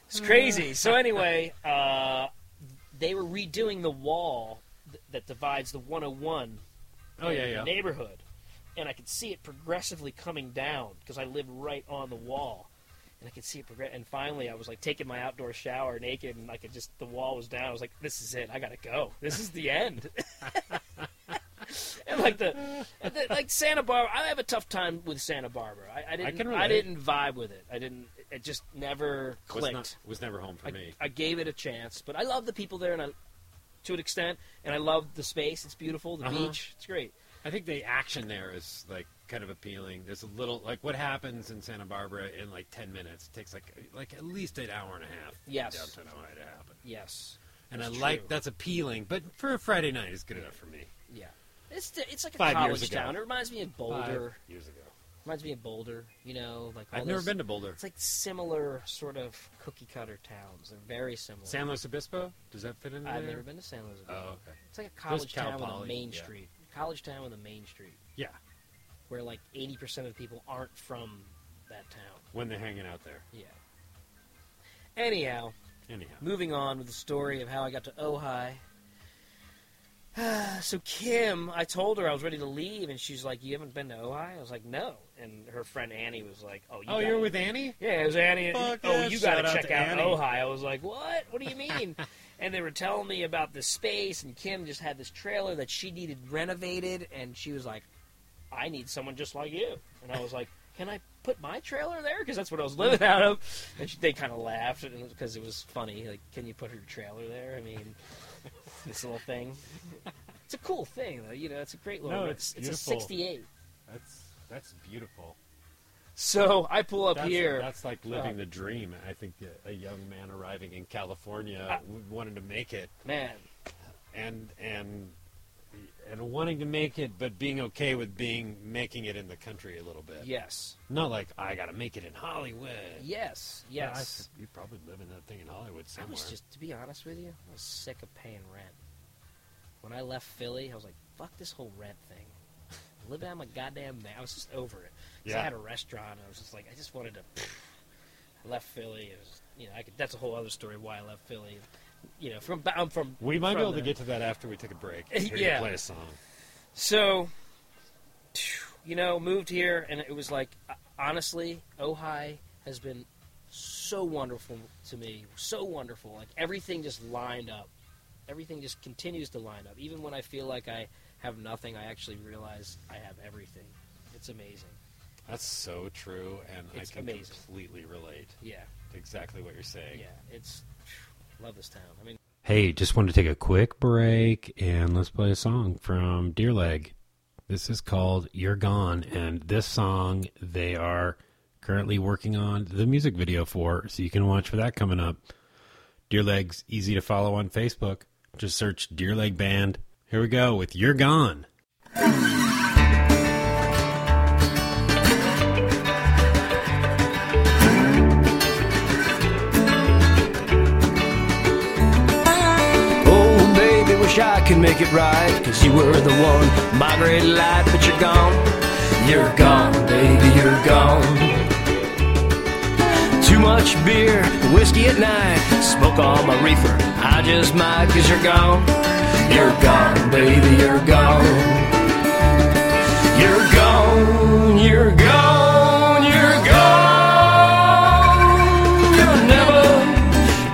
S1: It's crazy. So, anyway, uh, they were redoing the wall th- that divides the 101
S2: Oh
S1: and
S2: yeah,
S1: the
S2: yeah.
S1: neighborhood, and I could see it progressively coming down because I lived right on the wall, and I could see it progress. And finally, I was like taking my outdoor shower naked, and I could just the wall was down. I was like, "This is it. I gotta go. This is the end." and like the, and the- like Santa Barbara, I have a tough time with Santa Barbara. I, I didn't.
S2: can
S1: I,
S2: relate.
S1: didn't vibe with it. I didn't. It just never
S2: Was,
S1: clicked.
S2: not, was never home for
S1: I,
S2: me.
S1: I gave it a chance, but I love the people there, and I, to an extent, and I love the space. It's beautiful, the
S2: Uh-huh.
S1: beach. It's great.
S2: I think the action there is like kind of appealing. There's a little like what happens in Santa Barbara in like ten minutes. It takes like like at least an hour and a half.
S1: Yes.
S2: downtown Illinois to happen.
S1: Yes.
S2: And
S1: That's
S2: I like
S1: true.
S2: that's appealing, but for a Friday night is good enough for me.
S1: Yeah. It's the- it's like a
S2: Five years
S1: college
S2: ago.
S1: town. It reminds me of Boulder.
S2: Five years ago,
S1: Reminds me of Boulder. You know, like all
S2: I've never
S1: those-
S2: been to Boulder.
S1: It's like similar sort of cookie cutter towns. They're very similar.
S2: San Luis Obispo. Does that fit in there?
S1: I've never been to San Luis. Obispo.
S2: Oh, okay.
S1: It's like a college
S2: Cal
S1: town with a
S2: Poly,
S1: main
S2: yeah.
S1: street. College town with a main street
S2: Yeah,
S1: where like eighty percent of the people aren't from that town.
S2: when they're hanging out there.
S1: Yeah. Anyhow,
S2: Anyhow,
S1: moving on with the story of how I got to Ojai. so Kim, I told her I was ready to leave, and she's like, "You haven't been to Ojai?" I was like, "No." And her friend Annie was like, "Oh, you
S2: oh,
S1: gotta-
S2: you're with Annie.
S1: Yeah, it was Annie.
S2: Fuck
S1: oh,
S2: yeah,
S1: you got
S2: shout out
S1: check
S2: to
S1: out
S2: Annie.
S1: Ojai. I was like, what? What do you mean? and they were telling me about this space, and Kim just had this trailer that she needed renovated, and she was like, I need someone just like you. And I was like, can I put my trailer there? Because that's what I was living out of. And she, they kind of laughed because it was funny. Like, can you put her trailer there? I mean, this little thing. It's a cool thing, though. You know, it's a great little.
S2: No, it's
S1: it's a
S2: beautiful.
S1: 68.
S2: That's that's beautiful.
S1: So I pull up
S2: that's,
S1: here.
S2: That's like
S1: Uh,
S2: living the dream. I think a, a young man arriving in California
S1: Uh,
S2: w- wanted to make it
S1: Man,
S2: and and and wanting to make it, but being okay with being making it in the country a little bit.
S1: yes.
S2: Not like I got to make it in Hollywood.
S1: Yes,
S2: Yeah, I
S1: yes.
S2: s- you probably live in that thing in Hollywood
S1: I,
S2: somewhere.
S1: was just, to be honest with you, I was sick of paying rent. When I left Philly, I was like, fuck this whole rent thing. Live out my goddamn man. I was just over it. 'Cause I
S2: Yeah.
S1: had a restaurant, and I was just like, I just wanted to. I left Philly. It was, you know, I could, that's a whole other story why I left Philly. You know, from ba- I'm from.
S2: we might be
S1: from
S2: able to
S1: there.
S2: get to that after we take a break. Hear you
S1: Yeah.
S2: play a song.
S1: So, you know, moved here, and it was like, uh, honestly, Ojai has been so wonderful to me, so wonderful. Like everything just lined up, everything just continues to line up. Even when I feel like I have nothing, I actually realize I have everything. It's amazing.
S2: That's so true, and
S1: It's
S2: I can
S1: amazing.
S2: completely relate
S1: Yeah,
S2: to exactly what you're saying.
S1: yeah. It's love this town. I mean,
S2: Hey, just wanted to take a quick break and let's play a song from Deerleg. This is called You're Gone, and this song they are currently working on the music video for, so you can watch for that coming up. Deerleg's easy to follow on Facebook. Just search Deerleg Band. Here we go with You're Gone.
S6: Oh, baby, wish I could make it right. Cause you were the one, my great light, but you're gone. You're gone, baby, you're gone. Too much beer, whiskey at night. Smoke on my reefer, I just might, cause you're gone. You're gone, baby, you're gone. You're gone, you're gone, you're gone. You're never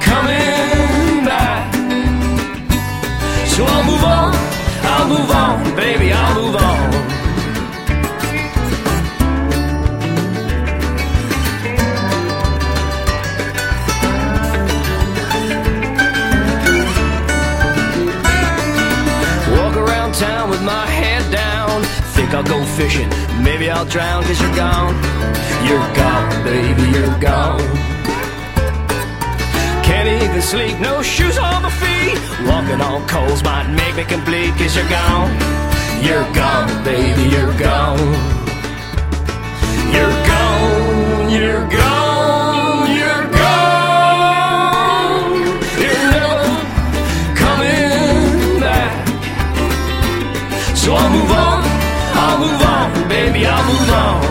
S6: coming back. So I'll move on, I'll move on, baby, I'll move on. Walk around town with my head down. Think I'll go fishing, maybe I'll drown, cause you're gone. You're gone, baby, you're gone. Can't even sleep, no shoes on my feet. Walking on coals might make me complete, cause you're gone. You're gone, baby, you're gone. You're gone, you're gone, you're gone. You're never coming back. So I'll move on, I'll move on, baby, I'll move on.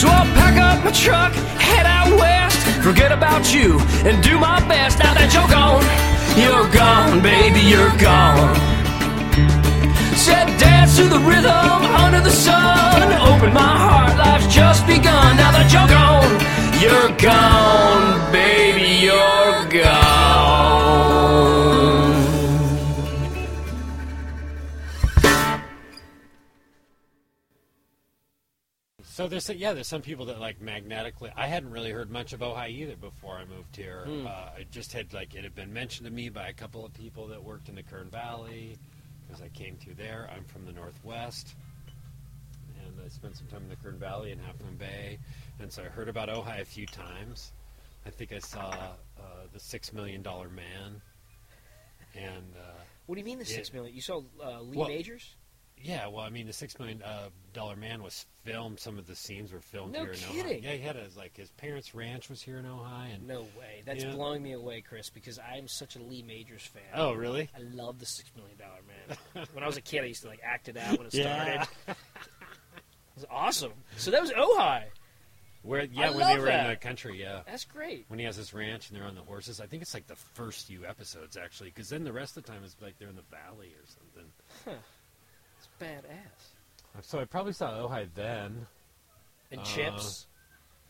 S6: truck, head out west. Forget about you and do my best. Now that you're gone, you're gone, baby, you're gone. Said dance to the rhythm under the sun. Open my heart, life's just begun. Now that you're gone, you're gone, baby, you're gone.
S2: So there's yeah, there's some people that like magnetically. I hadn't really heard much of Ojai either before I moved here. Uh, I just had like it had been mentioned to me by a couple of people that worked in the Kern Valley because I came through there. I'm from the Northwest, and I spent some time in the Kern Valley and Half Moon Bay, and so I heard about Ojai a few times. I think I saw uh, the Six Million Dollar Man, and. Uh,
S1: What do you mean the six million? You saw uh, Lee
S2: Well,
S1: Majors?
S2: yeah, well, I mean, the Six Million uh, Dollar Man was filmed. Some of the scenes were filmed
S1: No
S2: here in Ohio.
S1: kidding.
S2: Yeah, he had his like his parents' ranch was here in Ohio, and
S1: No way. That's
S2: Yeah.
S1: blowing me away, Chris, because I'm such a Lee Majors fan.
S2: oh, really?
S1: I love the Six Million Dollar Man. when I was a kid, I used to like act it out when it
S2: Yeah.
S1: started. it was awesome. So that was Ojai.
S2: Where yeah,
S1: I
S2: when
S1: love
S2: they were in
S1: that.
S2: the country, yeah.
S1: That's great.
S2: When he has his ranch and they're on the horses, I think it's like the first few episodes actually, because then the rest of the time it's like they're in the valley or something.
S1: It's badass.
S2: So I probably saw Ojai then.
S1: And
S2: Uh,
S1: chips.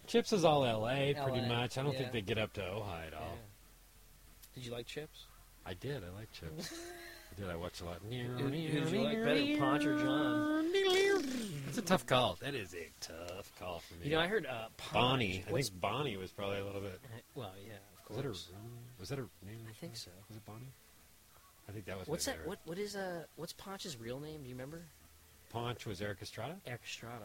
S2: Chips is all L.A. pretty
S1: LA,
S2: much. I don't
S1: yeah.
S2: think they get up to Ojai at all.
S1: Yeah. Did you like chips?
S2: I did. I like chips. I did. I watched a lot.
S1: Who did you like better, Ponch or John?
S2: It's a tough call. That is a tough call for me.
S1: You know, I heard uh, Ponch.
S2: Bonnie. I
S1: What's-
S2: think Bonnie was probably a little bit.
S1: Well, yeah, of
S2: Was that her?
S1: course.
S2: Was that her name?
S1: I think so.
S2: Was it Bonnie? I think that was.
S1: What's
S2: maybe
S1: that?
S2: her.
S1: What? What is uh? What's Ponch's real name? Do you remember?
S2: Ponch was Eric Estrada.
S1: Eric Estrada.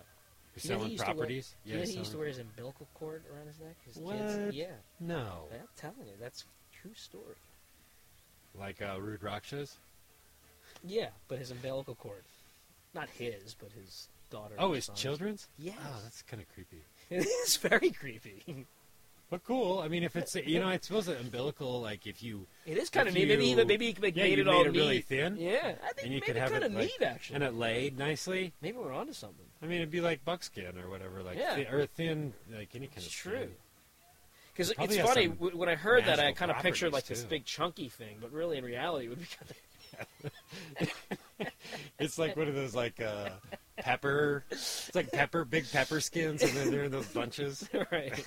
S2: Who's
S1: You know he
S2: selling
S1: used to wear-
S2: properties?
S1: You know he used to wear
S2: selling-
S1: his umbilical cord around his neck. His
S2: What?
S1: Kids, yeah,
S2: No,
S1: I'm telling you, that's true story.
S2: like uh, Rude Rakshas.
S1: Yeah, but his umbilical cord, not his, but his daughter.
S2: Oh,
S1: or
S2: his
S1: son's.
S2: children's.
S1: Yes.
S2: Oh, that's kind of creepy.
S1: It is very creepy.
S2: But cool. I mean, if it's you know, I suppose an umbilical. Like if you
S1: It is kind
S2: If
S1: of neat. Maybe
S2: you-
S1: even maybe he could make
S2: yeah,
S1: made
S2: you
S1: it all
S2: made it really
S1: neat.
S2: thin,
S1: Yeah, I think
S2: and you
S1: made
S2: could
S1: it
S2: have
S1: kind
S2: it
S1: of
S2: like,
S1: neat actually.
S2: and it laid nicely.
S1: maybe we're onto something.
S2: I mean, it'd be like buckskin or whatever, like
S1: Yeah.
S2: thi- or thin, like any kind
S1: It's
S2: of.
S1: true.
S2: skin.
S1: Because
S2: Probably
S1: it's
S2: has
S1: funny
S2: some
S1: w- when I heard that, I
S2: magical
S1: kind of pictured
S2: properties,
S1: like this
S2: too.
S1: big chunky thing, but really in reality, it would be kind of
S2: It's like one of those like uh, pepper. It's like pepper, big pepper skins, and then they're in those bunches.
S1: right.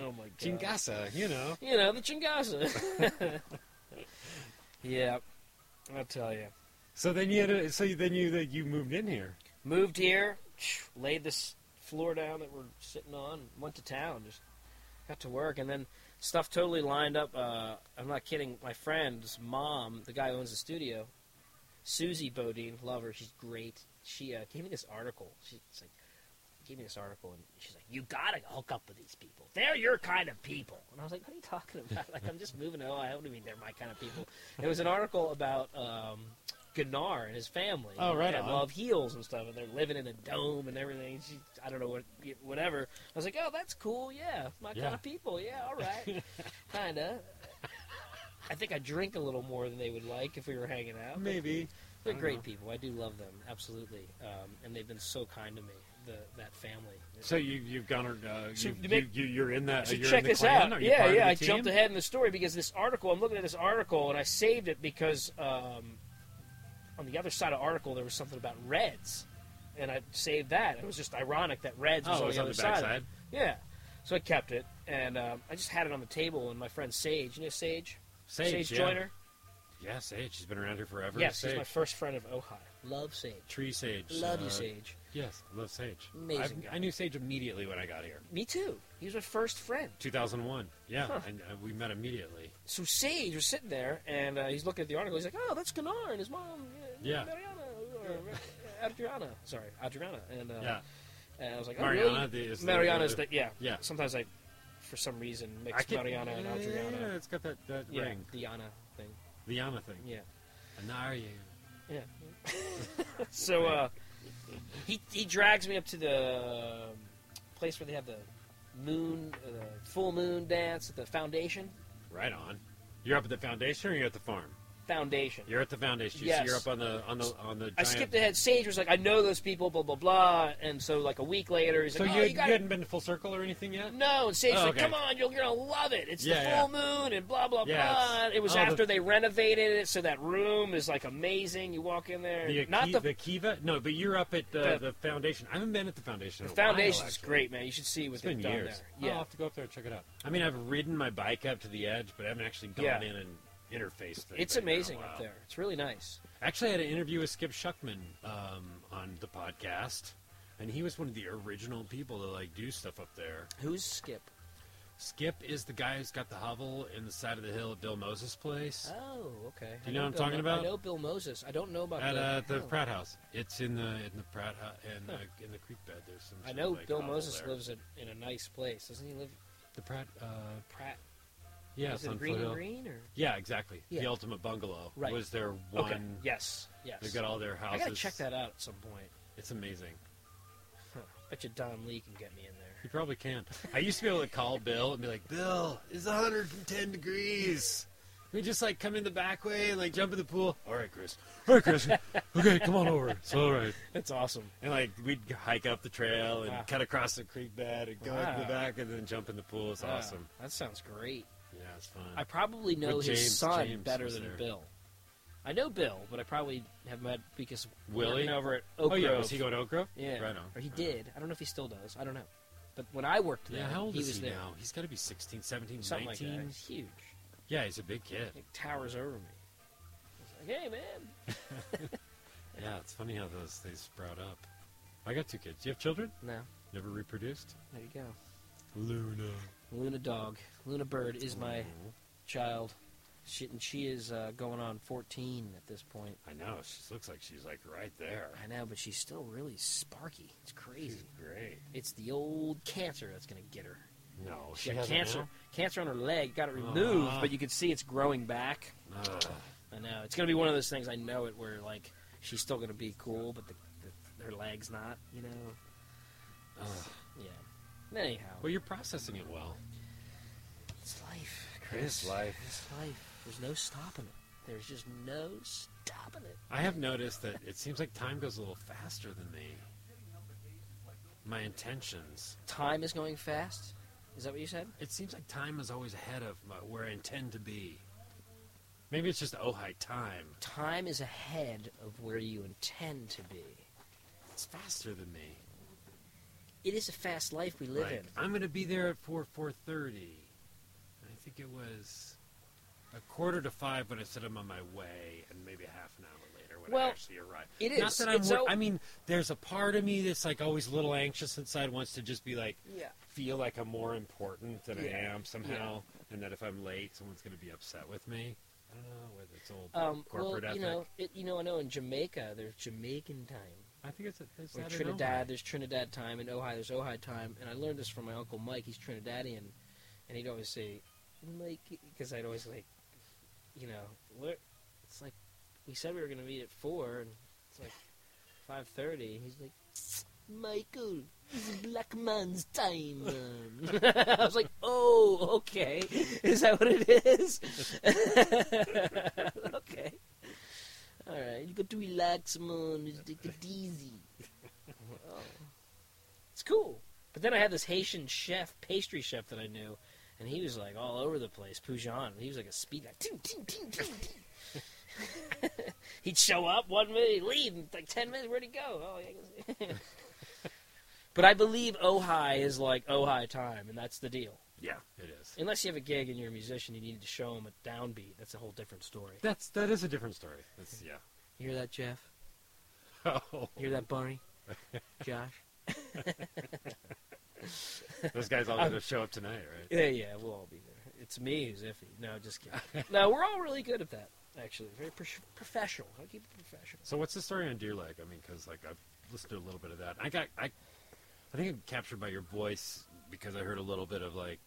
S1: oh my god.
S2: Chingasa, you know.
S1: You know the chingasa. yeah, I'll tell you.
S2: So then you had a, so then you that you moved in here.
S1: Moved here, laid this floor down that we're sitting on, went to town, just got to work, and then stuff totally lined up. Uh, I'm not kidding. My friend's mom, the guy who owns the studio, Susie Bodine, love her. She's great. She uh, gave me this article. She's like, gave me this article, and she's like, "You gotta hook up with these people. They're your kind of people." And I was like, "What are you talking about? Like, I'm just moving to Ohio. I don't mean they're my kind of people." It was an article about um, Gunnar and his family.
S2: Oh, right
S1: And
S2: on.
S1: Love Heels and stuff, and they're living in a dome and everything. She, I don't know what, whatever. I was like, "Oh, that's cool. Yeah, my
S2: Yeah.
S1: kind of people. Yeah, all right, kinda." I think I drink a little more than they would like if we were hanging out. but-
S2: Maybe.
S1: they're
S2: I
S1: great
S2: know.
S1: people. I do love them, absolutely, um, and they've been so kind to me. The, that family.
S2: So you you've gone uh,
S1: So
S2: you,
S1: you make-
S2: you, you you're in that.
S1: So
S2: Uh, you're
S1: check
S2: in the
S1: this
S2: clan?
S1: out.
S2: Are you
S1: Yeah,
S2: part of
S1: yeah.
S2: the
S1: I
S2: team?
S1: jumped ahead in the story because this article. I'm looking at this article and I saved it because um, on the other side of the article there was something about Reds, and I saved that. It was just ironic that Reds was
S2: Oh,
S1: on
S2: it
S1: the
S2: was
S1: other
S2: on the back
S1: of it.
S2: side.
S1: Yeah. So I kept it, and um, I just had it on the table. And my friend Sage, you know Sage,
S2: Sage, yeah.
S1: Joyner.
S2: Yeah, Sage. She's been around here forever.
S1: Yes,
S2: Sage.
S1: she's my first friend of Ojai. Love Sage.
S2: Tree Sage.
S1: Love
S2: uh,
S1: you, Sage.
S2: Yes, I love Sage.
S1: Amazing
S2: I've-
S1: guy.
S2: I knew Sage immediately when I got here.
S1: Me too. He was my first friend.
S2: 2001. Yeah,
S1: Huh.
S2: and uh, we met immediately.
S1: So Sage was sitting there, and uh, he's looking at the article. He's like, "Oh, that's Gunnar and his mom, uh,
S2: Yeah.
S1: Mariana, or uh, Adriana, sorry, Adriana." And, uh,
S2: yeah.
S1: and I was like, oh,
S2: Mariana
S1: really?
S2: the- is the-
S1: Mariana's
S2: the-
S1: the, yeah,
S2: yeah.
S1: Sometimes I, for some reason,
S2: I
S1: mix
S2: can-
S1: Mariana and
S2: yeah,
S1: Adriana.
S2: Yeah, it's got that, that
S1: Yeah,
S2: ring,
S1: the Yana thing.
S2: the Yama thing.
S1: Yeah,
S2: Anariu.
S1: yeah. so uh, he he drags me up to the um, place where they have the moon, uh, the full moon dance at the foundation.
S2: Right on. You're up at the foundation or you're at the farm?
S1: foundation.
S2: You're at the foundation. You- So
S1: Yes.
S2: you're up on the on the on the. Giant...
S1: I skipped ahead. Sage was like, I know those people, blah blah blah, and so like a week later, he's
S2: So
S1: like,
S2: you,
S1: oh,
S2: had,
S1: you got
S2: not been to full circle or anything yet?
S1: No, and Sage's
S2: Oh,
S1: like,
S2: okay.
S1: come on, you're gonna love it. It's
S2: Yeah, yeah.
S1: the full moon and blah blah
S2: Yeah,
S1: blah.
S2: it's-
S1: It was
S2: oh, the-
S1: after they renovated it, so that room is like amazing. You walk in there,
S2: The,
S1: not
S2: Aki-
S1: the,
S2: the Kiva? No, but you're up at the,
S1: The-
S2: the foundation. I haven't been at the foundation.
S1: the
S2: in a while,
S1: foundation's
S2: actually.
S1: great, man. You should see what
S2: It's
S1: they've
S2: been
S1: done
S2: years. Oh,
S1: there.
S2: I'll
S1: Yeah,
S2: have to go up there and check it out. I mean, I've ridden my bike up to the edge, but I haven't actually gone
S1: Yeah.
S2: in and interfaced. with
S1: it's
S2: anybody in a
S1: amazing
S2: while.
S1: up there. It's really nice.
S2: Actually, I had an interview with Skip Shuckman um, on the podcast, and he was one of the original people to like do stuff up there.
S1: Who's Skip?
S2: Skip is the guy who's got the hovel in the side of the hill at Bill Moses' place
S1: Oh, okay.
S2: Do you
S1: I
S2: know what I'm
S1: Bill
S2: talking about?
S1: I know Bill Moses. I don't know about
S2: at
S1: Bill.
S2: uh, the
S1: Oh.
S2: Pratt House. It's in the in the Pratt House in, the, in the creek bed. There's some.
S1: I
S2: sort
S1: know
S2: of, like,
S1: Bill
S2: hovel
S1: Moses
S2: there.
S1: lives in, in a nice place. Doesn't he live
S2: The Pratt. Uh,
S1: Pratt?
S2: yeah,
S1: is
S2: it's on
S1: it Green
S2: Foothill.
S1: and Green or?
S2: Yeah, exactly. The
S1: Yeah.
S2: Ultimate Bungalow
S1: Right.
S2: was their one.
S1: Okay. Yes. Yes.
S2: They've got all their
S1: I
S2: houses.
S1: gotta check that out at some point.
S2: It's amazing.
S1: Huh. Bet you Don Lee can get me in there.
S2: You probably can. I used to be able to call Bill and be like, Bill, it's 110 degrees. We just like come in the back way and like jump in the pool. All right, Chris. All right, Chris. okay, come on over. It's all right.
S1: That's awesome.
S2: And like we'd hike up the trail and
S1: Wow.
S2: cut across the creek bed and go up the
S1: Ah. Wow.
S2: back and then jump in the pool. It's
S1: Wow,
S2: awesome.
S1: That sounds great.
S2: Yeah, it's fun.
S1: I probably know
S2: With
S1: his
S2: James-
S1: son
S2: James
S1: better
S2: was
S1: than
S2: there.
S1: Bill. I know Bill, but I probably have met because
S2: Willie?
S1: working over at Oak
S2: oh yeah,
S1: Grove.
S2: was he going to Oak Grove?
S1: yeah,
S2: right on.
S1: or he
S2: Right
S1: did. I don't know if he still does. I don't know. But when I worked
S2: on.
S1: there,
S2: Yeah, how old
S1: he
S2: is
S1: was
S2: he
S1: there.
S2: now? He's got to be 16, 17,
S1: Something
S2: 19.
S1: like that. He's huge.
S2: Yeah, he's a big kid.
S1: It towers over me. It's like, hey man,
S2: Yeah, it's funny how those things sprout up. I got two kids. Do you have children?
S1: no,
S2: Never reproduced?
S1: there you go.
S2: Luna.
S1: Luna dog, Luna bird is my
S2: Mm-hmm.
S1: child. She, and she is uh, going on 14 at this point.
S2: I know. She looks like she's like right there.
S1: I know, but she's still really sparky. It's crazy.
S2: She's great.
S1: It's the old cancer that's going to get her.
S2: No,
S1: She,
S2: she
S1: had
S2: has
S1: cancer,
S2: cancer.
S1: cancer on her leg. Got it removed,
S2: Ah.
S1: but you could see it's growing back. I know it's going to be one of those things. I know it where like she's still going to be cool, but the, the, her leg's not. You know. Yeah. Anyhow,
S2: Well, you're processing it well.
S1: it's life.
S2: It's life.
S1: It's life. There's no stopping it. There's just no stopping it.
S2: I have noticed that it seems like time goes a little faster than me. My intentions.
S1: Time is going fast. Is that what you said?
S2: It seems like time is always ahead of my, where I intend to be. Maybe it's just oh hi time.
S1: Time is ahead of where you intend to be.
S2: It's faster than me.
S1: It is a fast life we live
S2: Like,
S1: in.
S2: I'm gonna be there at four four thirty. I think it was a quarter to five when I said I'm on my way, and maybe half an hour later when I
S1: Well,
S2: actually arrived.
S1: it
S2: Not
S1: is.
S2: that I'm.
S1: It's
S2: wor-
S1: so-
S2: I mean, there's a part of me that's like always a little anxious inside, wants to just be like,
S1: Yeah.
S2: feel like I'm more important than I
S1: Yeah.
S2: am somehow, and that if I'm late, someone's gonna be upset with me. I don't know whether it's old
S1: Um, well,
S2: corporate ethic.
S1: you know, it, you know, I know in Jamaica there's Jamaican time.
S2: I think it's a, it's
S1: Or
S2: that or no.
S1: Trinidad, there's Trinidad time. In Ojai, there's Ojai time. And I learned this from my uncle Mike. He's Trinidadian, and he'd always say, "Mike," because I'd always like, you know, "Where-" it's like we said we were gonna meet at four, and it's like five thirty. He's like, "Michael, this is black man's time." man." I was like, "Oh, okay. Is that what it is?" okay. All right, you got to relax, man. Just take it easy. Oh. It's cool. But then I had this Haitian chef, pastry chef that I knew, and he was like all over the place. Pujan, he was like a speed guy. Ting, ting, ting, ting, ting. he'd show up one minute, he'd leave, and like ten minutes, where'd he go? Oh, yeah, I guess- but I believe Ojai is like Ojai time, and that's the deal.
S2: Yeah, it is.
S1: Unless you have a gig and you're a musician, you need to show them a downbeat. That's a whole different story.
S2: That's that is a different story. That's yeah.
S1: You hear that, Jeff?
S2: Oh.
S1: You hear that, Barney? Josh?
S2: Those guys all going to show up tonight, right?
S1: Yeah, yeah, we'll all be there. It's me who's iffy. No, just kidding. no, we're all really good at that, actually. Very pro- professional. I keep it professional.
S2: So what's the story on Deer Lake? I mean, because like I've listened to a little bit of that. I got I, I think I'm captured by your voice because I heard a little bit of like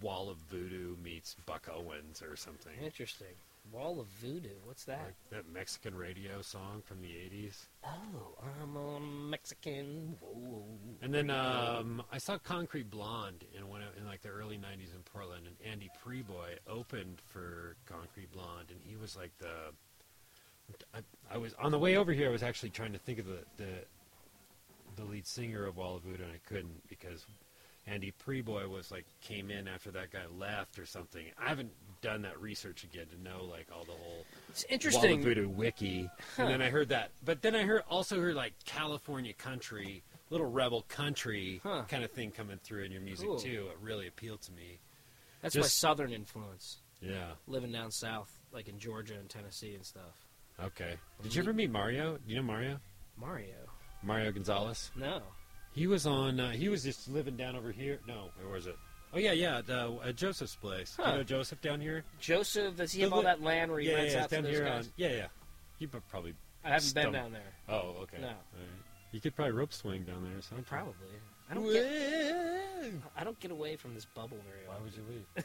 S2: Wall of Voodoo meets Buck Owens or something.
S1: Interesting. Wall of Voodoo. What's that?
S2: Like that Mexican radio song from the '80s.
S1: Oh, I'm a Mexican. Whoa.
S2: And then um, I saw Concrete Blonde in one of, in like the early '90s in Portland, and Andy Preboy opened for Concrete Blonde, and he was like the. I, I was on the way over here. I was actually trying to think of the the, the lead singer of Walla Voodoo, and I couldn't because Andy Preboy was like came in after that guy left or something. I haven't done that research again to know like all the whole
S1: It's
S2: Walla
S1: interesting.
S2: Voodoo wiki, and then I heard that. But then I heard also heard like California country, little rebel country
S1: Huh.
S2: kind of thing coming through in your music
S1: Cool.
S2: too. It really appealed to me.
S1: That's my
S2: Just-
S1: southern influence,
S2: Yeah.
S1: living down south, like in Georgia and Tennessee and stuff.
S2: Okay. Did you ever meet Mario? You know Mario?
S1: Mario.
S2: Mario Gonzalez.
S1: No.
S2: He was on. Uh, he was just living down over here. No, where was it? Oh yeah, yeah, at, uh, at Joseph's place. Do
S1: Huh.
S2: You know Joseph down here?
S1: Joseph, does he have
S2: The
S1: all
S2: li-
S1: that land where he
S2: yeah,
S1: rents
S2: yeah,
S1: out to
S2: down
S1: those
S2: here.
S1: guys?
S2: On, yeah, yeah. He prob- probably.
S1: I haven't
S2: Stump.
S1: been down there.
S2: Oh, okay.
S1: No.
S2: All right. You could probably rope swing down there or something.
S1: Probably. I don't get. I don't get away from this bubble very
S2: Why
S1: often.
S2: would you leave?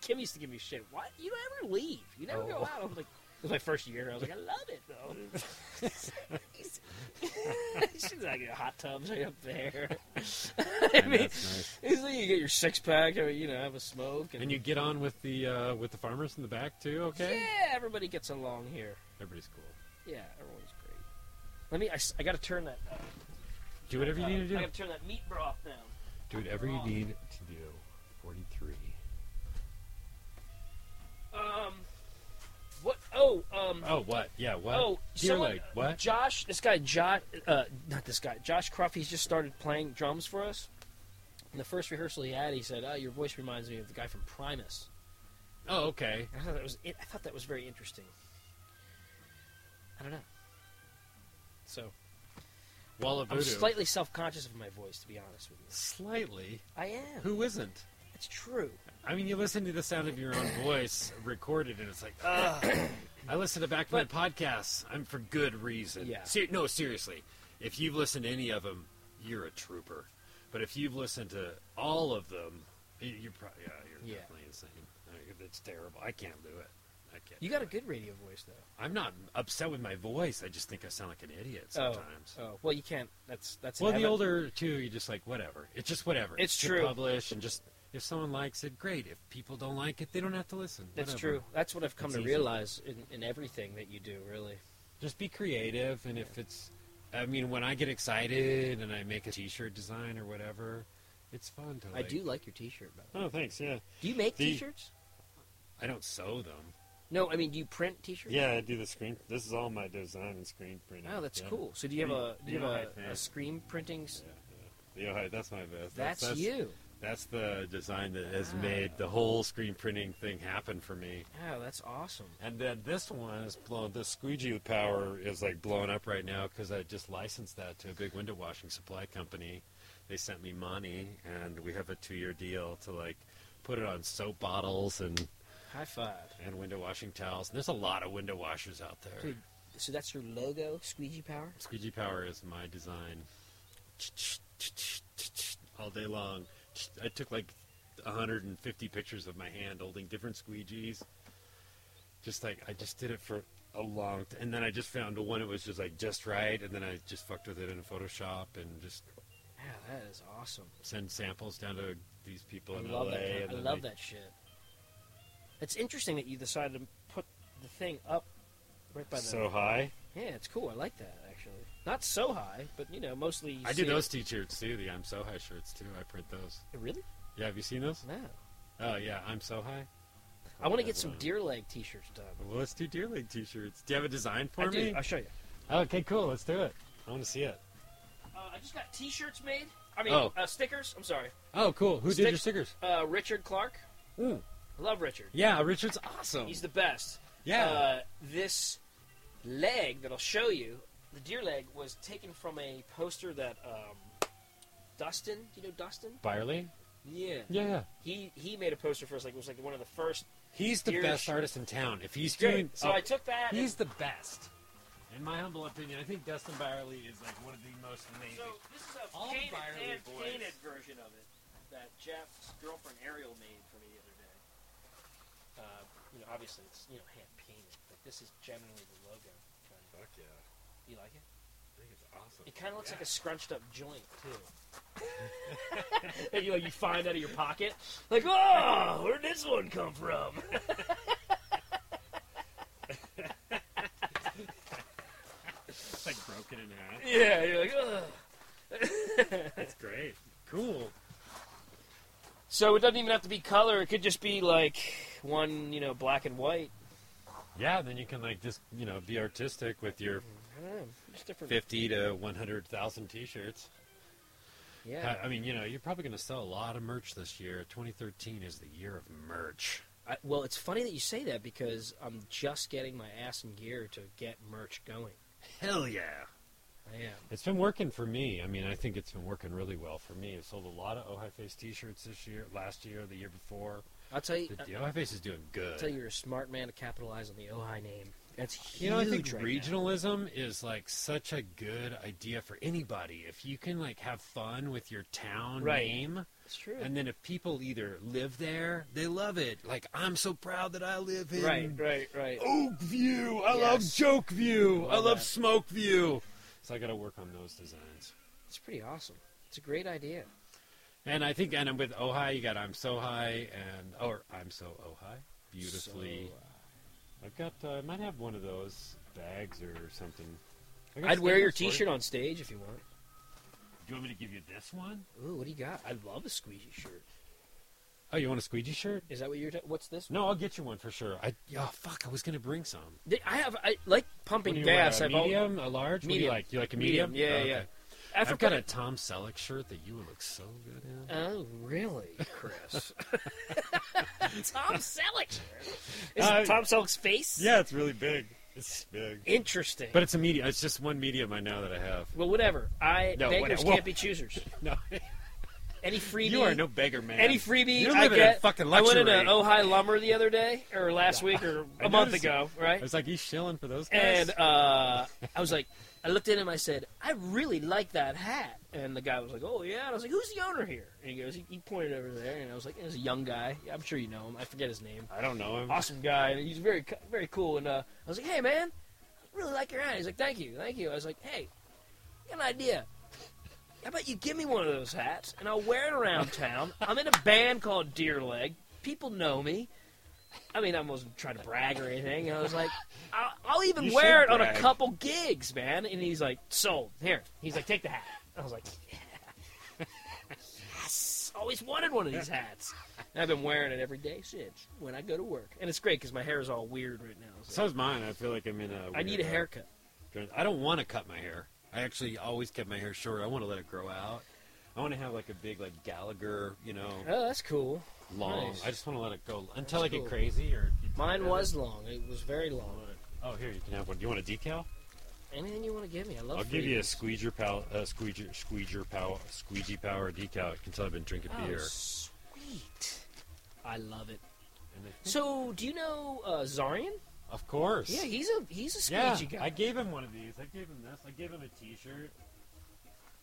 S1: Kim used to give me shit. Why you never leave? You never go
S2: Oh.
S1: out. I was like, it was my first year. I was like, I love it though. She's like a hot tubs right up there. I
S2: And
S1: mean,
S2: that's nice.
S1: it's like you get your six pack. I mean, you know, have a smoke, and,
S2: And you get on with the uh, with the farmers in the back too. Okay,
S1: yeah, everybody gets along here.
S2: everybody's cool.
S1: Yeah, everyone's great. Let me. I, got to turn that. uh,
S2: Do whatever you need to
S1: I
S2: do.
S1: got to turn that meat broth down.
S2: Do whatever you need to do. Forty-three.
S1: Um, what? Oh, um.
S2: Oh, what? Yeah, what?
S1: Oh,
S2: Deer
S1: someone-
S2: leg. What?
S1: Josh, this guy, Josh, uh, not this guy, Josh Cruff, he's just started playing drums for us. In the first rehearsal he had, he said, "Oh, your voice reminds me of the guy from Primus."
S2: oh, okay.
S1: And I thought that was I thought that was very interesting. I don't know. So
S2: Wall of
S1: I'm
S2: voodoo.
S1: slightly self-conscious of my voice, to be honest with you.
S2: Slightly.
S1: I am.
S2: Who isn't?
S1: That's true.
S2: I mean, you listen to the sound of your own voice recorded, and it's like, ugh. I listen to back to my podcasts. I'm for good reason.
S1: Yeah.
S2: Ser- no, seriously. If you've listened to any of them, you're a trooper. But if you've listened to all of them, y- you're probably yeah, you're
S1: Yeah.
S2: definitely insane. Like, It's terrible. I can't do it. I can't.
S1: You got a good radio voice, though.
S2: I'm not upset with my voice. I just think I sound like an idiot sometimes.
S1: Oh, oh, well, you can't. That's that's.
S2: Well,
S1: an
S2: the
S1: evi-
S2: older too, you're just like whatever. It's just whatever.
S1: It's
S2: Hit
S1: true.
S2: Publish and just if someone likes it, great. If people don't like it, they don't have to listen.
S1: That's
S2: Whatever.
S1: true. That's what I've come
S2: It's
S1: to
S2: easy.
S1: realize in, in everything that you do, really.
S2: Just be creative, and if it's, I mean, when I get excited and I make a T-shirt design or whatever, it's fun to.
S1: I
S2: Like,
S1: do like your T-shirt, by the way.
S2: Oh, thanks. Yeah,
S1: Do you make
S2: The-
S1: T-shirts?
S2: I don't sew them.
S1: No, I mean, do you print T-shirts?
S2: I do the screen. This is all my design and screen printing.
S1: Oh, that's cool. So do you have a do you
S2: Yeah,
S1: have
S2: I
S1: a, a
S2: think.
S1: screen printing? s-
S2: Yeah, that's my best.
S1: That's, you.
S2: That's the design that has
S1: Wow.
S2: made the whole screen printing thing happen for me.
S1: Oh, that's awesome.
S2: And then this one is blown. The squeegee power is like blowing up right now because I just licensed that to a big window washing supply company. They sent me money, and we have a two-year deal to like put it on soap bottles and
S1: High five.
S2: and window washing towels. And there's a lot of window washers out there.
S1: Dude. So that's your logo, squeegee power.
S2: Squeegee power is my design. All day long, I took like 150 pictures of my hand holding different squeegees. Just like I just did it for a long, t- and then I just found one that was just like just right, and then I just fucked with it in Photoshop and just
S1: Yeah, that is awesome.
S2: send samples down to these people
S1: I
S2: in
S1: love
S2: LA.
S1: that. kind-
S2: and
S1: I
S2: then
S1: love
S2: they-
S1: that shit. It's interesting that you decided to put the thing up right by the.
S2: So high.
S1: yeah, it's cool. I like that actually. Not so high, but you know, mostly. you
S2: I
S1: see
S2: do
S1: it-
S2: those t-shirts too. The I'm so high shirts too. I print those.
S1: Really?
S2: Yeah, have you seen those?
S1: No.
S2: Oh yeah, I'm so high.
S1: I want to
S2: have
S1: get some
S2: one.
S1: deer leg T-shirts done.
S2: Well, let's do Deer League t-shirts. Do you have a design for
S1: I do.
S2: me?
S1: I'll show you.
S2: Okay, cool. Let's do it. I want to see it.
S1: Uh, I just got T-shirts made. I mean,
S2: Oh.
S1: uh, stickers. I'm sorry.
S2: Oh, cool. Who
S1: Stick-
S2: did your stickers?
S1: Uh, Richard Clark.
S2: Ooh.
S1: I love Richard.
S2: Yeah, Richard's awesome.
S1: He's the best.
S2: Yeah.
S1: Uh, this leg that I'll show you, the deer leg, was taken from a poster that um, Dustin. You know Dustin?
S2: Byerly.
S1: Yeah.
S2: Yeah.
S1: He he made a poster for us. Like it was like one of the first.
S2: He's the
S1: Deer-
S2: best artist in town. If he's oh. doing,
S1: Great. So I took that.
S2: uh, He's
S1: and,
S2: the best. In my humble opinion, I think Dustin Byerly is like one of the most amazing.
S1: so this is a
S2: All the
S1: painted,
S2: Byerly
S1: hand
S2: boys.
S1: painted version of it that Jeff's girlfriend Ariel made for me the other day. Uh, you know, obviously it's you know hand painted, but this is generally the logo.
S2: Fuck yeah,
S1: You like it?
S2: I think it's awesome.
S1: It kind of looks like a scrunched up joint too. and you like you find out of your pocket, like, oh, where'd this one come from?
S7: It's like broken in half.
S1: yeah, you're like, oh.
S7: That's great. Cool.
S1: So it doesn't even have to be color. It could just be like one, you know, black and white.
S2: Yeah, then you can like just you know be artistic with your
S1: I don't know. It's different.
S2: fifty to one hundred thousand T-shirts.
S1: Yeah.
S2: I I mean, you know, you're probably going to sell a lot of merch this year. 2013 is the year of merch.
S1: I, well, it's funny that you say that because I'm just getting my ass in gear to get merch going.
S2: Hell yeah!
S1: I am.
S2: It's been working for me. I mean, I think it's been working really well for me. I sold a lot of Ojai Face T-shirts this year, last year, the year before.
S1: I'll tell you.
S2: The, the Ojai Face is doing
S1: I'll
S2: good.
S1: tell you, you're a smart man to capitalize on the Ojai name. That's huge.
S2: You know, I think
S1: right now.
S2: regionalism is like such a good idea for anybody. If you can like have fun with your town
S1: Right.
S2: name,
S1: It's true.
S2: and then if people either live there, they love it. Like I'm so proud that I live in
S1: right, right, right.
S2: Oak View. I love
S1: Yes.
S2: Joke View. I
S1: Love
S2: love
S1: that.
S2: Smoke View. So I got to work on those designs.
S1: It's pretty awesome. It's a great idea.
S2: And I think, and I'm with Ojai, you got I'm so high, and or I'm so Ojai, beautifully.
S1: So,
S2: I've got, uh, I might have one of those bags or something. I got
S1: I'd wear
S2: stickers
S1: your
S2: for it.
S1: T-shirt on stage if you want.
S2: Do you want me to give you this one?
S1: Ooh, what do you got? I love a squeegee shirt.
S2: Oh, you want a squeegee shirt?
S1: Is that what you're? Ta- What's this?
S2: No, I'll get you one for sure. I oh fuck, I was gonna bring some.
S1: Th- I have. I like
S2: What do
S1: pumping
S2: you
S1: gas.
S2: want,
S1: I've
S2: a
S1: al-
S2: medium, a large. What do you
S1: Medium.
S2: like? You like a medium?
S1: Yeah,
S2: Oh, okay.
S1: yeah. I
S2: I've got
S1: forgot
S2: a Tom Selleck shirt that you would look so good in.
S1: Oh, really, Chris? Tom Selleck. Is
S2: Uh,
S1: it Tom Selleck's face?
S2: it's really big. It's big.
S1: Interesting.
S2: But it's a medium. It's just one medium I know that I have.
S1: well, whatever. I
S2: No,
S1: beggars
S2: whatever.
S1: can't be choosers.
S2: No,
S1: Any freebie?
S2: you are no beggar, man.
S1: Any freebie
S2: You're
S1: I
S2: living
S1: get.
S2: in fucking
S1: I went
S2: luxury.
S1: in an Ojai Lumber the other day, or last week, or
S2: I
S1: a month
S2: noticed
S1: ago,
S2: I
S1: right?
S2: was like, he's shilling for those guys.
S1: And uh, I was like, I looked at him. I said, I really like that hat. And the guy was like, Oh yeah. And I was like, Who's the owner here? And he goes, He, he pointed over there, and I was like, It was a young guy. I'm sure you know him. I forget his name.
S2: I don't know him.
S1: Awesome guy, and he's very co- very cool. And uh, I was like, Hey man, I really like your hat. He's like, Thank you, thank you. I was like, Hey, I got an idea. How about you give me one of those hats, and I'll wear it around town. I'm in a band called Deer Leg. People know me. I mean, I wasn't trying to brag or anything. I was like, I'll, I'll even
S2: You
S1: wear it
S2: should
S1: on a
S2: brag.
S1: couple gigs, man. And he's like, sold. Here. He's like, take the hat. I was like, yeah. yes. Always wanted one of these hats. And I've been wearing it every day since when I go to work. And it's great because my hair is all weird right now. So
S2: So is mine. I feel like I'm in a.
S1: I need a
S2: weird, uh,
S1: haircut.
S2: I don't want to cut my hair. I actually always kept my hair short. I want to let it grow out. I want to have like a big like Gallagher, you know,
S1: Oh, that's cool.
S2: long.
S1: nice.
S2: I just want to let it go until I get
S1: cool.
S2: crazy or.
S1: Mine was long. It was very long.
S2: Oh, here you can have one. Do you want a decal?
S1: Anything you want to give me, I love.
S2: I'll give you a
S1: freebies.
S2: squeeger pow, uh, squeeger, squeeger pow, squeegee power decal. You can tell I've been drinking
S1: Oh,
S2: beer.
S1: sweet. I love it.
S2: And it-
S1: So, do you know uh, Zarian?
S2: of course.
S1: Yeah, he's a he's a
S2: Yeah,
S1: squeegee
S2: I
S1: guy.
S2: gave him one of these. I gave him this. I gave him a T-shirt.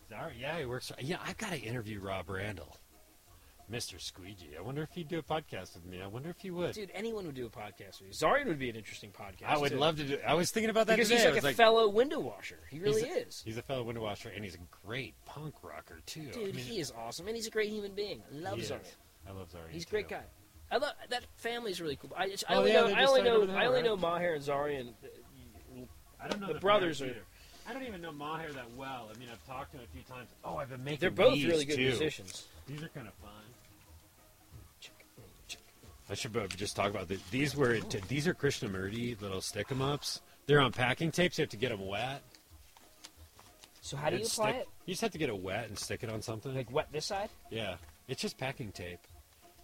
S2: Sorry, yeah, he works. Yeah, I've got to interview Rob Randall, Mister Squeegee. I wonder if he'd do a podcast with me. I wonder if he would.
S1: Dude, anyone would do a podcast with you. Zarian would be an interesting podcast.
S2: I would
S1: too.
S2: love to do. I was thinking about that
S1: because
S2: today.
S1: he's
S2: I
S1: like a
S2: was like,
S1: fellow window washer. He really
S2: he's a-
S1: is.
S2: He's a fellow window washer, and he's a great punk rocker too.
S1: Dude,
S2: I mean,
S1: he is awesome, and he's a great human being. I love
S2: he is.
S1: Zarian.
S2: I love Zarian.
S1: He's a
S2: too.
S1: great guy. I love that family's really cool. I, just, I
S2: Oh,
S1: only
S2: yeah,
S1: know
S2: they
S1: I
S2: just
S1: only
S2: started
S1: know
S2: over there,
S1: I only
S2: right?
S1: know Maher and Zarian.
S2: I don't know
S1: The brothers
S2: parents
S1: are-
S2: either. I don't even know Maher that well. I mean, I've talked to him a few times. Oh, I've been making.
S1: They're both
S2: these,
S1: really good
S2: too.
S1: musicians.
S2: These are kind of fun.
S1: oh,
S2: I should probably just talk about the, these. Were these are Krishnamurti little stick 'em ups? They're on packing tapes. You have to get them wet.
S1: So how do
S2: and
S1: you apply
S2: stick,
S1: it?
S2: You just have to get it wet and stick it on something.
S1: Like what this side?
S2: yeah, it's just packing tape.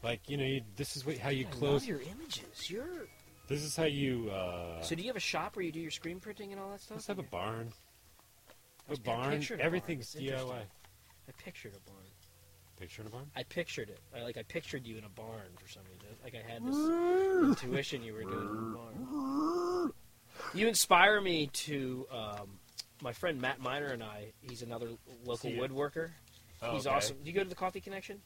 S2: Like you know, you, this is what, how you
S1: I
S2: close.
S1: love your images. You're
S2: This is how you. Uh,
S1: So do you have a shop where you do your screen printing and all that stuff?
S2: let's have a barn. A
S1: was- I
S2: barn.
S1: pictured a barn. It's
S2: Everything's DIY.
S1: interesting. I pictured a barn.
S2: Picture in a barn.
S1: I pictured it. I, like I pictured you in a barn for some reason. Like I had this intuition you were doing in a barn. You inspire me to. Um, my friend Matt Miner and I. He's another local
S2: See ya.
S1: woodworker.
S2: Oh,
S1: he's
S2: okay.
S1: awesome. Do you go to the Coffee Connection?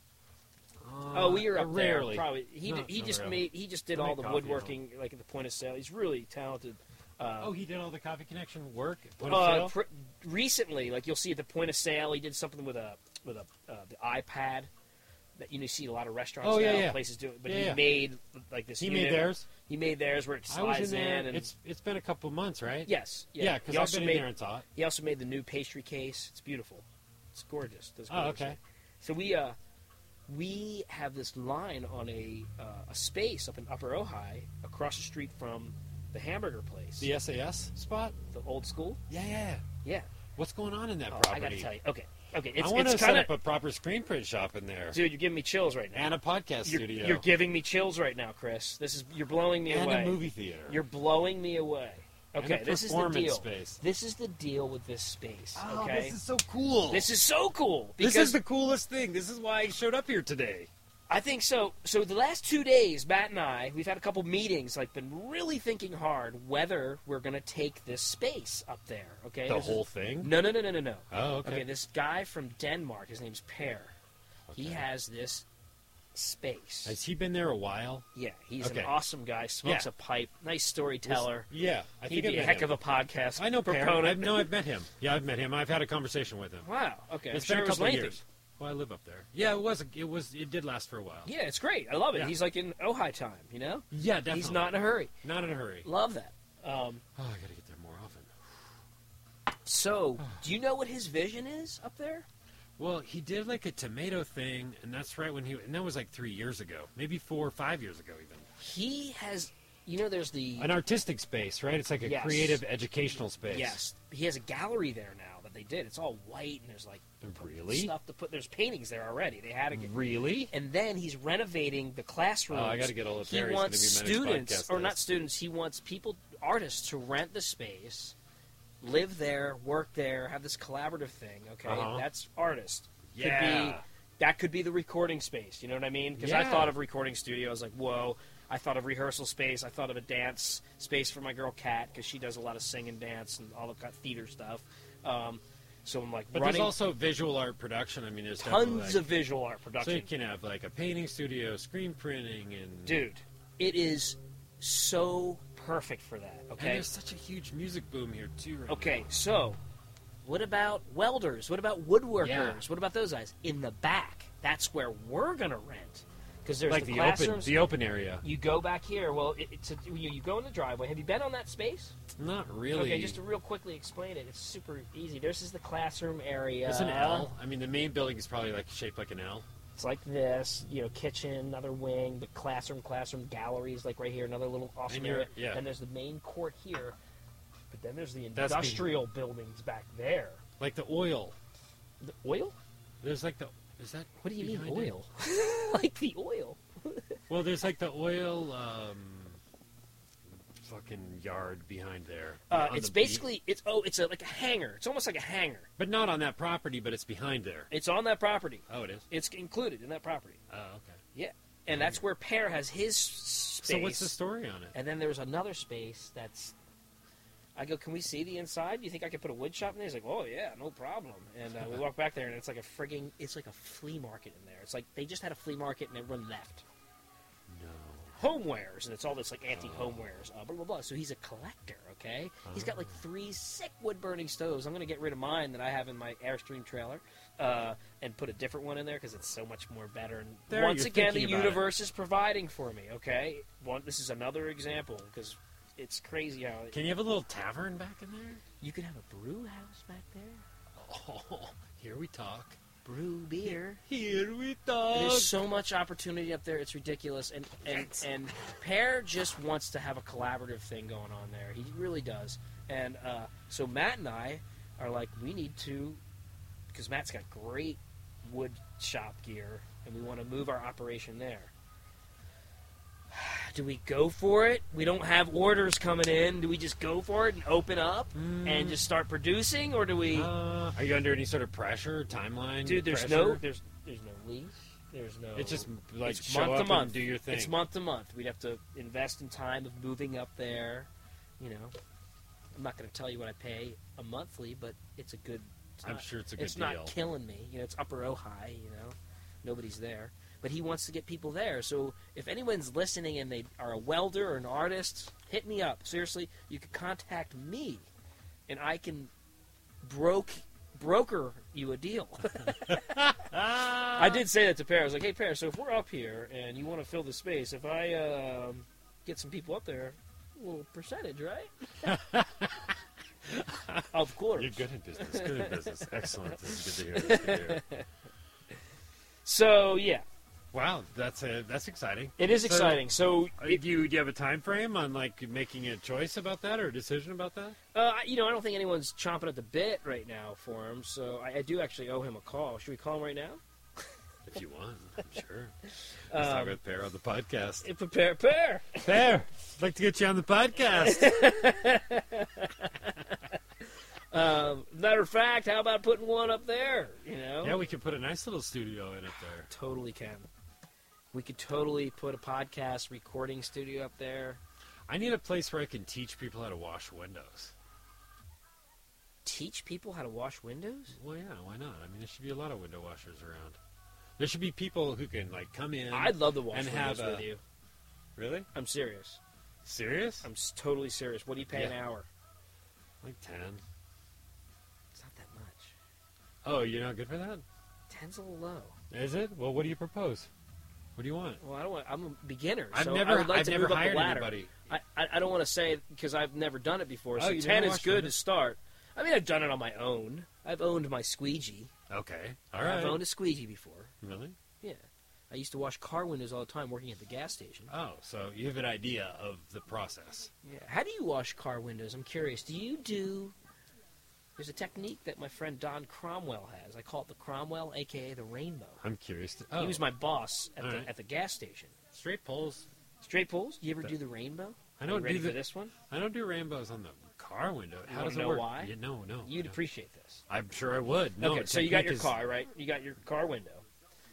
S1: oh, we were up
S2: rarely.
S1: there. Probably he
S2: Not-
S1: he
S2: not
S1: just
S2: rarely.
S1: made he just did
S2: I
S1: all
S2: make
S1: the
S2: coffee at
S1: woodworking like at the point of sale. He's really talented. Uh,
S2: Oh, he did all the coffee connection work. Point of
S1: uh,
S2: sale?
S1: pr- recently, like you'll see at the point of sale, he did something with a with a uh, the iPad that you know, see a lot of restaurants
S2: Oh,
S1: now,
S2: yeah, yeah.
S1: places do it. But
S2: Yeah,
S1: he
S2: yeah.
S1: made like this.
S2: He
S1: unit-
S2: made theirs.
S1: He made theirs where it
S2: I was
S1: slides
S2: in there.
S1: and
S2: It's it's been a couple months, right?
S1: yes,
S2: Yeah,
S1: yeah.
S2: because
S1: he
S2: I've
S1: also
S2: been
S1: made
S2: in there and saw it.
S1: he also made the new pastry case. It's beautiful. It's gorgeous. It does
S2: Oh,
S1: gorgeous
S2: okay.
S1: thing. So we uh we have this line on a uh, a space up in Upper Ojai across the street from the hamburger place.
S2: The SAS spot.
S1: The old school.
S2: Yeah, yeah.
S1: Yeah.
S2: What's going on in that
S1: Oh, I
S2: property?
S1: gotta tell you. Okay. Okay. It's,
S2: I want to
S1: it's
S2: set
S1: kind
S2: up
S1: of
S2: a proper screen print shop in there
S1: dude. You're giving me chills right now.
S2: and a podcast
S1: you're,
S2: studio
S1: you're giving me chills right now, Chris. This is you're blowing me
S2: and
S1: away.
S2: a movie theater.
S1: You're blowing me away.
S2: And
S1: Okay,
S2: a
S1: this is the
S2: performance
S1: deal.
S2: space.
S1: This is the deal with this space.
S2: Oh,
S1: okay,
S2: this is so cool.
S1: This is so cool.
S2: This
S1: Because
S2: is the coolest thing. This is why I showed up here today.
S1: I think so. So the last two days, Matt and I, we've had a couple meetings, like been really thinking hard whether we're gonna take this space up there. Okay,
S2: The
S1: This is-
S2: whole thing.
S1: No, no, no, no, no, no.
S2: Oh, okay.
S1: Okay, this guy from Denmark, his name's Per. He
S2: Okay.
S1: has this space.
S2: Has he been there a while?
S1: Yeah, he's
S2: Okay.
S1: an awesome guy. Smokes
S2: Yeah.
S1: a pipe. Nice storyteller.
S2: Yeah, I
S1: He'd
S2: think
S1: be a
S2: I've
S1: heck
S2: met him.
S1: of a podcast.
S2: I know Perrin.
S1: proponent.
S2: I've, no, I've met him. Yeah, I've met him. I've had a conversation with him.
S1: Wow. Okay. I'm
S2: It's
S1: sure
S2: been
S1: it
S2: a
S1: was
S2: couple of
S1: lengthy.
S2: years. Well, I live up there. Yeah, it was. It was. It did last for a while.
S1: Yeah, it's great. I love it.
S2: Yeah.
S1: He's like in Ojai time. You know,
S2: Yeah, definitely.
S1: he's not in a hurry.
S2: Not in a hurry.
S1: Love that. Um,
S2: Oh, I gotta get there more often.
S1: so, do you know what his vision is up there?
S2: Well, he did like a tomato thing, and that's right when he. And that was like three years ago, maybe four or five years ago, even.
S1: He has. You know, there's the
S2: An artistic space, right? It's like a
S1: Yes.
S2: creative, educational space.
S1: yes. He has a gallery there now that they did. It's all white and there's like
S2: Really?
S1: stuff to put. There's paintings there already. They had a.
S2: Really?
S1: and then he's renovating the classrooms.
S2: Oh, I gotta get all up
S1: He
S2: there. He's
S1: wants
S2: gonna be my next
S1: students,
S2: podcast
S1: or not
S2: guest.
S1: students. He wants people, artists, to rent the space, live there, work there, have this collaborative thing. Okay,
S2: Uh-huh.
S1: that's artist. Could be,
S2: Yeah.
S1: that could be the recording space. You know what I mean? Because I
S2: Yeah.
S1: thought of recording studio. I was like, whoa. I thought of rehearsal space. I thought of a dance space for my girl Kat because she does a lot of sing and dance and all the kind of theater stuff. Um, so I'm like
S2: But
S1: running
S2: there's also visual art production. I mean, there's definitely,
S1: tons
S2: like-
S1: of visual art production.
S2: So you can have like a painting studio, screen printing, and
S1: dude it is so perfect for that
S2: And
S1: okay
S2: there's such a huge music boom here too. Right
S1: okay so what about welders what about woodworkers
S2: Yeah.
S1: what about those guys in the back that's where we're gonna rent because
S2: now.
S1: there's
S2: like
S1: the,
S2: the, open,
S1: classrooms
S2: the open area.
S1: you go back here well it, it's a, you, you go in the driveway have you been on that space
S2: Not really.
S1: okay just to real quickly explain it it's super easy this is the classroom area
S2: There's an L. I mean, the main building is probably like shaped like an L.
S1: It's like this, you know, kitchen, another wing, the classroom, classroom, galleries, like right here, another little awesome
S2: And you're-
S1: area.
S2: yeah.
S1: Then there's the main court here, but then there's the
S2: That's being-
S1: industrial buildings back there.
S2: Like the oil.
S1: The oil?
S2: There's like the. Is that
S1: What do you mean
S2: behind it?
S1: oil? like the oil?
S2: Well, there's like the oil. Um, fucking yard behind there.
S1: Uh,
S2: On
S1: it's
S2: the beach.
S1: basically it's oh, it's a, like a hangar. It's almost like a hangar.
S2: but not on that property. But it's behind there.
S1: It's on that property.
S2: Oh, it is.
S1: It's included in that property.
S2: Oh, okay.
S1: Yeah, and that's where Pear has his s- space.
S2: So what's the story on it?
S1: And then there's another space that's. I go, can we see the inside? You think I could put a wood shop in there? He's like, oh yeah, no problem. And uh, we walk back there, and it's like a frigging, it's like a flea market in there. It's like they just had a flea market, and everyone left.
S2: No.
S1: Homewares, and it's all this
S2: Oh.
S1: like anti-homewares, uh, blah blah blah. So he's a collector, okay? He's got like
S2: Oh.
S1: three sick wood-burning stoves. I'm gonna get rid of mine that I have in my Airstream trailer, uh, and put a different one in there because it's so much more better. And
S2: There,
S1: once
S2: you're
S1: again, the
S2: thinking about it.
S1: universe is providing for me, okay? One, this is another example because it's crazy how
S2: Can you have a little tavern back in there?
S1: you could have a brew house back there,
S2: Oh, here we talk.
S1: brew beer.
S2: Here we talk.
S1: There's so much opportunity up there; it's ridiculous. And and and Pear just wants to have a collaborative thing going on there. He really does. And uh, so Matt and I are like, we need to, because Matt's got great wood shop gear, and we want to move our operation there. Do we go for it? We don't have orders coming in. Do we just go for it and open up
S2: Mm.
S1: and just start producing, or do we?
S2: Uh, are you under any sort of pressure, timeline?
S1: Dude, there's no
S2: pressure?
S1: there's there's no lease. There's no.
S2: It's just like
S1: it's
S2: show
S1: month
S2: up
S1: to month.
S2: and do your thing.
S1: It's month to month. We'd have to invest in time of moving up there. You know, I'm not going to tell you what I pay a monthly, but it's a good. It's
S2: I'm
S1: not,
S2: sure it's a good
S1: it's
S2: deal.
S1: not killing me. You know, it's Upper Ojai. You know, nobody's there, but he wants to get people there. So if anyone's listening and they are a welder or an artist, hit me up. Seriously, you can contact me, and I can broke broker you a deal.
S2: Uh-huh.
S1: I did say that to Pear. I was like, hey, Pear, so if we're up here and you want to fill the space, if I um, get some people up there, a little percentage, right? of course.
S2: You're good in business. Good in business. Excellent. This is good to hear. This is good to hear.
S1: So, yeah,
S2: Wow, that's a, that's exciting.
S1: it is
S2: So,
S1: exciting. So,
S2: uh, do you do you have a time frame on like making a choice about that or a decision about that?
S1: Uh, you know, I don't think anyone's chomping at the bit right now for him, so I, I do actually owe him a call. Should we call him right now?
S2: If you want, I'm sure. Let's talk with Pear on the podcast.
S1: Eh, Prepare, prepare.
S2: Pear, I'd like to get you on the podcast.
S1: Um, matter of fact, how about putting one up there? You know,
S2: yeah, we could put a nice little studio in up there.
S1: totally can. We could totally put a podcast recording studio up there.
S2: I need a place where I can teach people how to wash windows.
S1: Teach people how to wash windows.
S2: Well, yeah, why not? I mean, there should be a lot of window washers around. There should be people who can like come in.
S1: I'd love to wash
S2: and
S1: windows
S2: have a-
S1: with you.
S2: really
S1: I'm serious.
S2: serious.
S1: I'm s- totally serious. What do you pay an
S2: Yeah.
S1: hour?
S2: like ten.
S1: It's not that much.
S2: Oh, you're not good for that,
S1: Ten's a little low.
S2: is it? Well, what do you propose? What do you want?
S1: Well, I don't want. I'm a beginner.
S2: I've
S1: so I
S2: never,
S1: would like
S2: I've
S1: to
S2: never
S1: move up
S2: hired
S1: the ladder.
S2: anybody.
S1: I, I I don't want to say because I've never done it before. So
S2: Oh, you
S1: ten
S2: never
S1: is
S2: watched
S1: good to
S2: them.
S1: start. I mean, I've done it on my own. I've owned my squeegee.
S2: Okay, all right.
S1: I've owned a squeegee before.
S2: Really?
S1: Yeah, I used to wash car windows all the time working at the gas station.
S2: Oh, so you have an idea of the process?
S1: Yeah. How do you wash car windows? I'm curious. Do you do? There's a technique that my friend Don Cromwell has. I call it the Cromwell, aka the rainbow.
S2: I'm curious. To, oh,
S1: He was my boss at
S2: All
S1: the
S2: right.
S1: at the gas station.
S2: straight poles.
S1: Straight pulls. You ever do the rainbow?
S2: I
S1: Are you
S2: don't
S1: ready
S2: do the,
S1: for this one.
S2: I don't do rainbows on the car window.
S1: You
S2: How
S1: wanna
S2: does it
S1: know
S2: work?
S1: why?
S2: You, no, no.
S1: You'd
S2: no.
S1: appreciate this.
S2: I'm sure I would. Oh, No,
S1: okay, so you got
S2: technique
S1: your
S2: is-
S1: car right. You got your car window.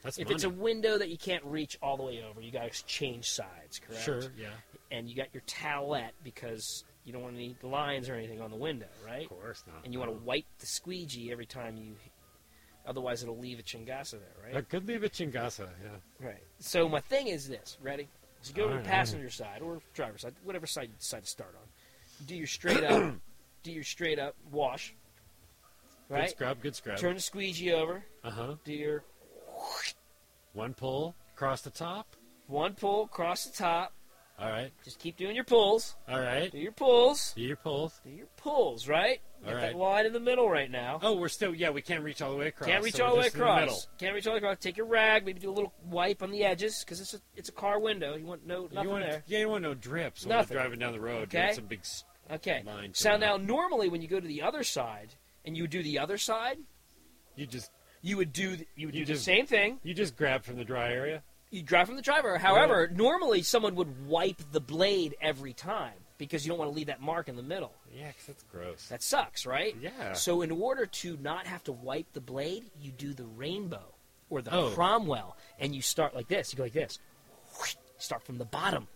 S2: That's
S1: If
S2: money.
S1: it's a window that you can't reach all the way over, you got to change sides, correct?
S2: sure, yeah,
S1: And you got your towelette because you don't want any lines or anything on the window, right?
S2: of course not.
S1: And you want to wipe the squeegee every time you, otherwise it'll leave a chingasa there,
S2: I
S1: right?
S2: could leave it Chingasa, yeah.
S1: Right. So my thing is this: ready? So go
S2: All
S1: to the
S2: right, all right.
S1: passenger side or driver's side, whatever side you decide to start on. Do your straight up, do your straight up wash,
S2: Good
S1: right?
S2: scrub, good scrub.
S1: Turn the squeegee over.
S2: Uh huh.
S1: Do your
S2: One pull, cross the top.
S1: one pull across the top.
S2: All right,
S1: Just keep doing your pulls.
S2: all right.
S1: Do your pulls.
S2: Do your pulls.
S1: Do your pulls, right? Get
S2: All
S1: that
S2: right.
S1: line in the middle right now.
S2: Oh, we're still, yeah, we can't reach all the way across.
S1: Can't reach
S2: so we're
S1: all the way
S2: just in middle.
S1: across. Can't reach all the way across. Take your rag, maybe do a little wipe on the edges because it's a it's a car window. You want no nothing
S2: you want,
S1: there.
S2: Yeah, you want no drips
S1: Nothing.
S2: when you're driving down the road.
S1: Okay.
S2: You want some big. s-
S1: Okay.
S2: Line
S1: So
S2: coming
S1: now normally when you go to the other side and you do the other side,
S2: You just
S1: you would do th- you would
S2: You
S1: do the
S2: just-
S1: same thing.
S2: you just grab from the dry area.
S1: You drive from the driver. However, normally someone would wipe the blade every time because you don't want to leave that mark in the middle.
S2: Yeah, 'cause that's gross.
S1: That sucks, right?
S2: Yeah.
S1: So in order to not have to wipe the blade, you do the rainbow or the
S2: Oh.
S1: Cromwell, and you start like this. You go like this. Start from the bottom.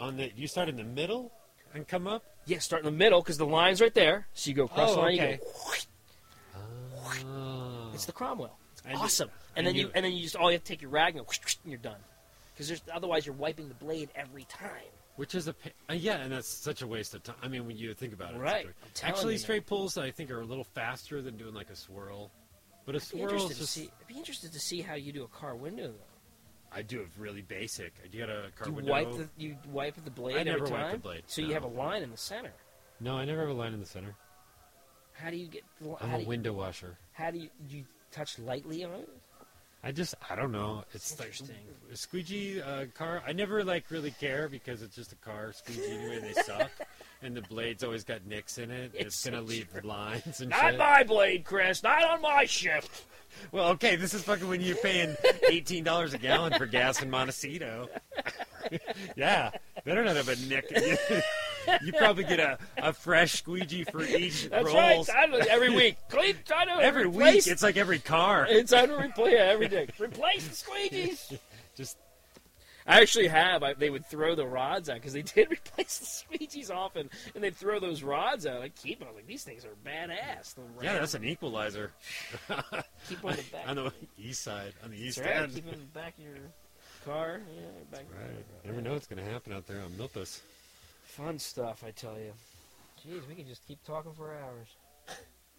S2: On the, you start in the middle and come up.
S1: Yeah, start in the middle because the line's right there. So you go across
S2: Oh,
S1: the line.
S2: okay.
S1: You
S2: Oh.
S1: go. It's the Cromwell. It's
S2: And-
S1: awesome. And,
S2: and
S1: then you,
S2: you-
S1: and then you just all you have to take your rag and, go, and you're done. Because otherwise you're wiping the blade every time.
S2: Which is a pa- uh, yeah, and that's such a waste of time. I mean, when you think about it, it's
S1: Right.
S2: like-
S1: I'm telling
S2: Actually,
S1: you, man.
S2: straight pulls I think are a little faster than doing like a swirl, but a
S1: I'd be,
S2: swirl
S1: interested
S2: is
S1: to
S2: just
S1: see, I'd be interested to see how you do a car window though.
S2: I do it really basic. I do got a car
S1: You
S2: window.
S1: wipe the you wipe the blade every
S2: never
S1: time.
S2: wipe the blade,
S1: So you
S2: no.
S1: have a line in the center.
S2: No, I never have a line in the center.
S1: How do you get? the-
S2: I'm
S1: How
S2: a
S1: do you,
S2: window washer.
S1: how do you, do you touch lightly on it?
S2: I just I don't know. It's like
S1: Interesting.
S2: a squeegee uh, car. I never like really care because it's just a car squeegee anyway. They suck, and the blade's always got nicks in it. It's,
S1: It's so
S2: gonna leave lines and
S1: Not
S2: shit.
S1: my blade, Chris. Not on my shift.
S2: Well, okay, this is fucking when you're paying eighteen dollars a gallon for gas in Montecito. yeah, better not have a nick. you probably get a, a fresh squeegee for each
S1: That's
S2: rolls
S1: right. I do it every week. Clean. I do it
S2: every
S1: replace-
S2: week. It's like every car.
S1: It's I do replay yeah, every day. Replace the squeegees.
S2: Just
S1: I actually have. I, they would throw the rods out because they did replace the squeegees often, and they'd throw those rods out. I keep them. I'm like these things are badass. The
S2: yeah,
S1: round-
S2: that's an equalizer
S1: keep them in the back.
S2: on the east side, on the east
S1: That's right.
S2: end.
S1: Keep them in the back of your car. Yeah, back.
S2: Right. Never know what's gonna happen out there on Milpas.
S1: Fun stuff, I tell you. Jeez, we could just keep talking for hours.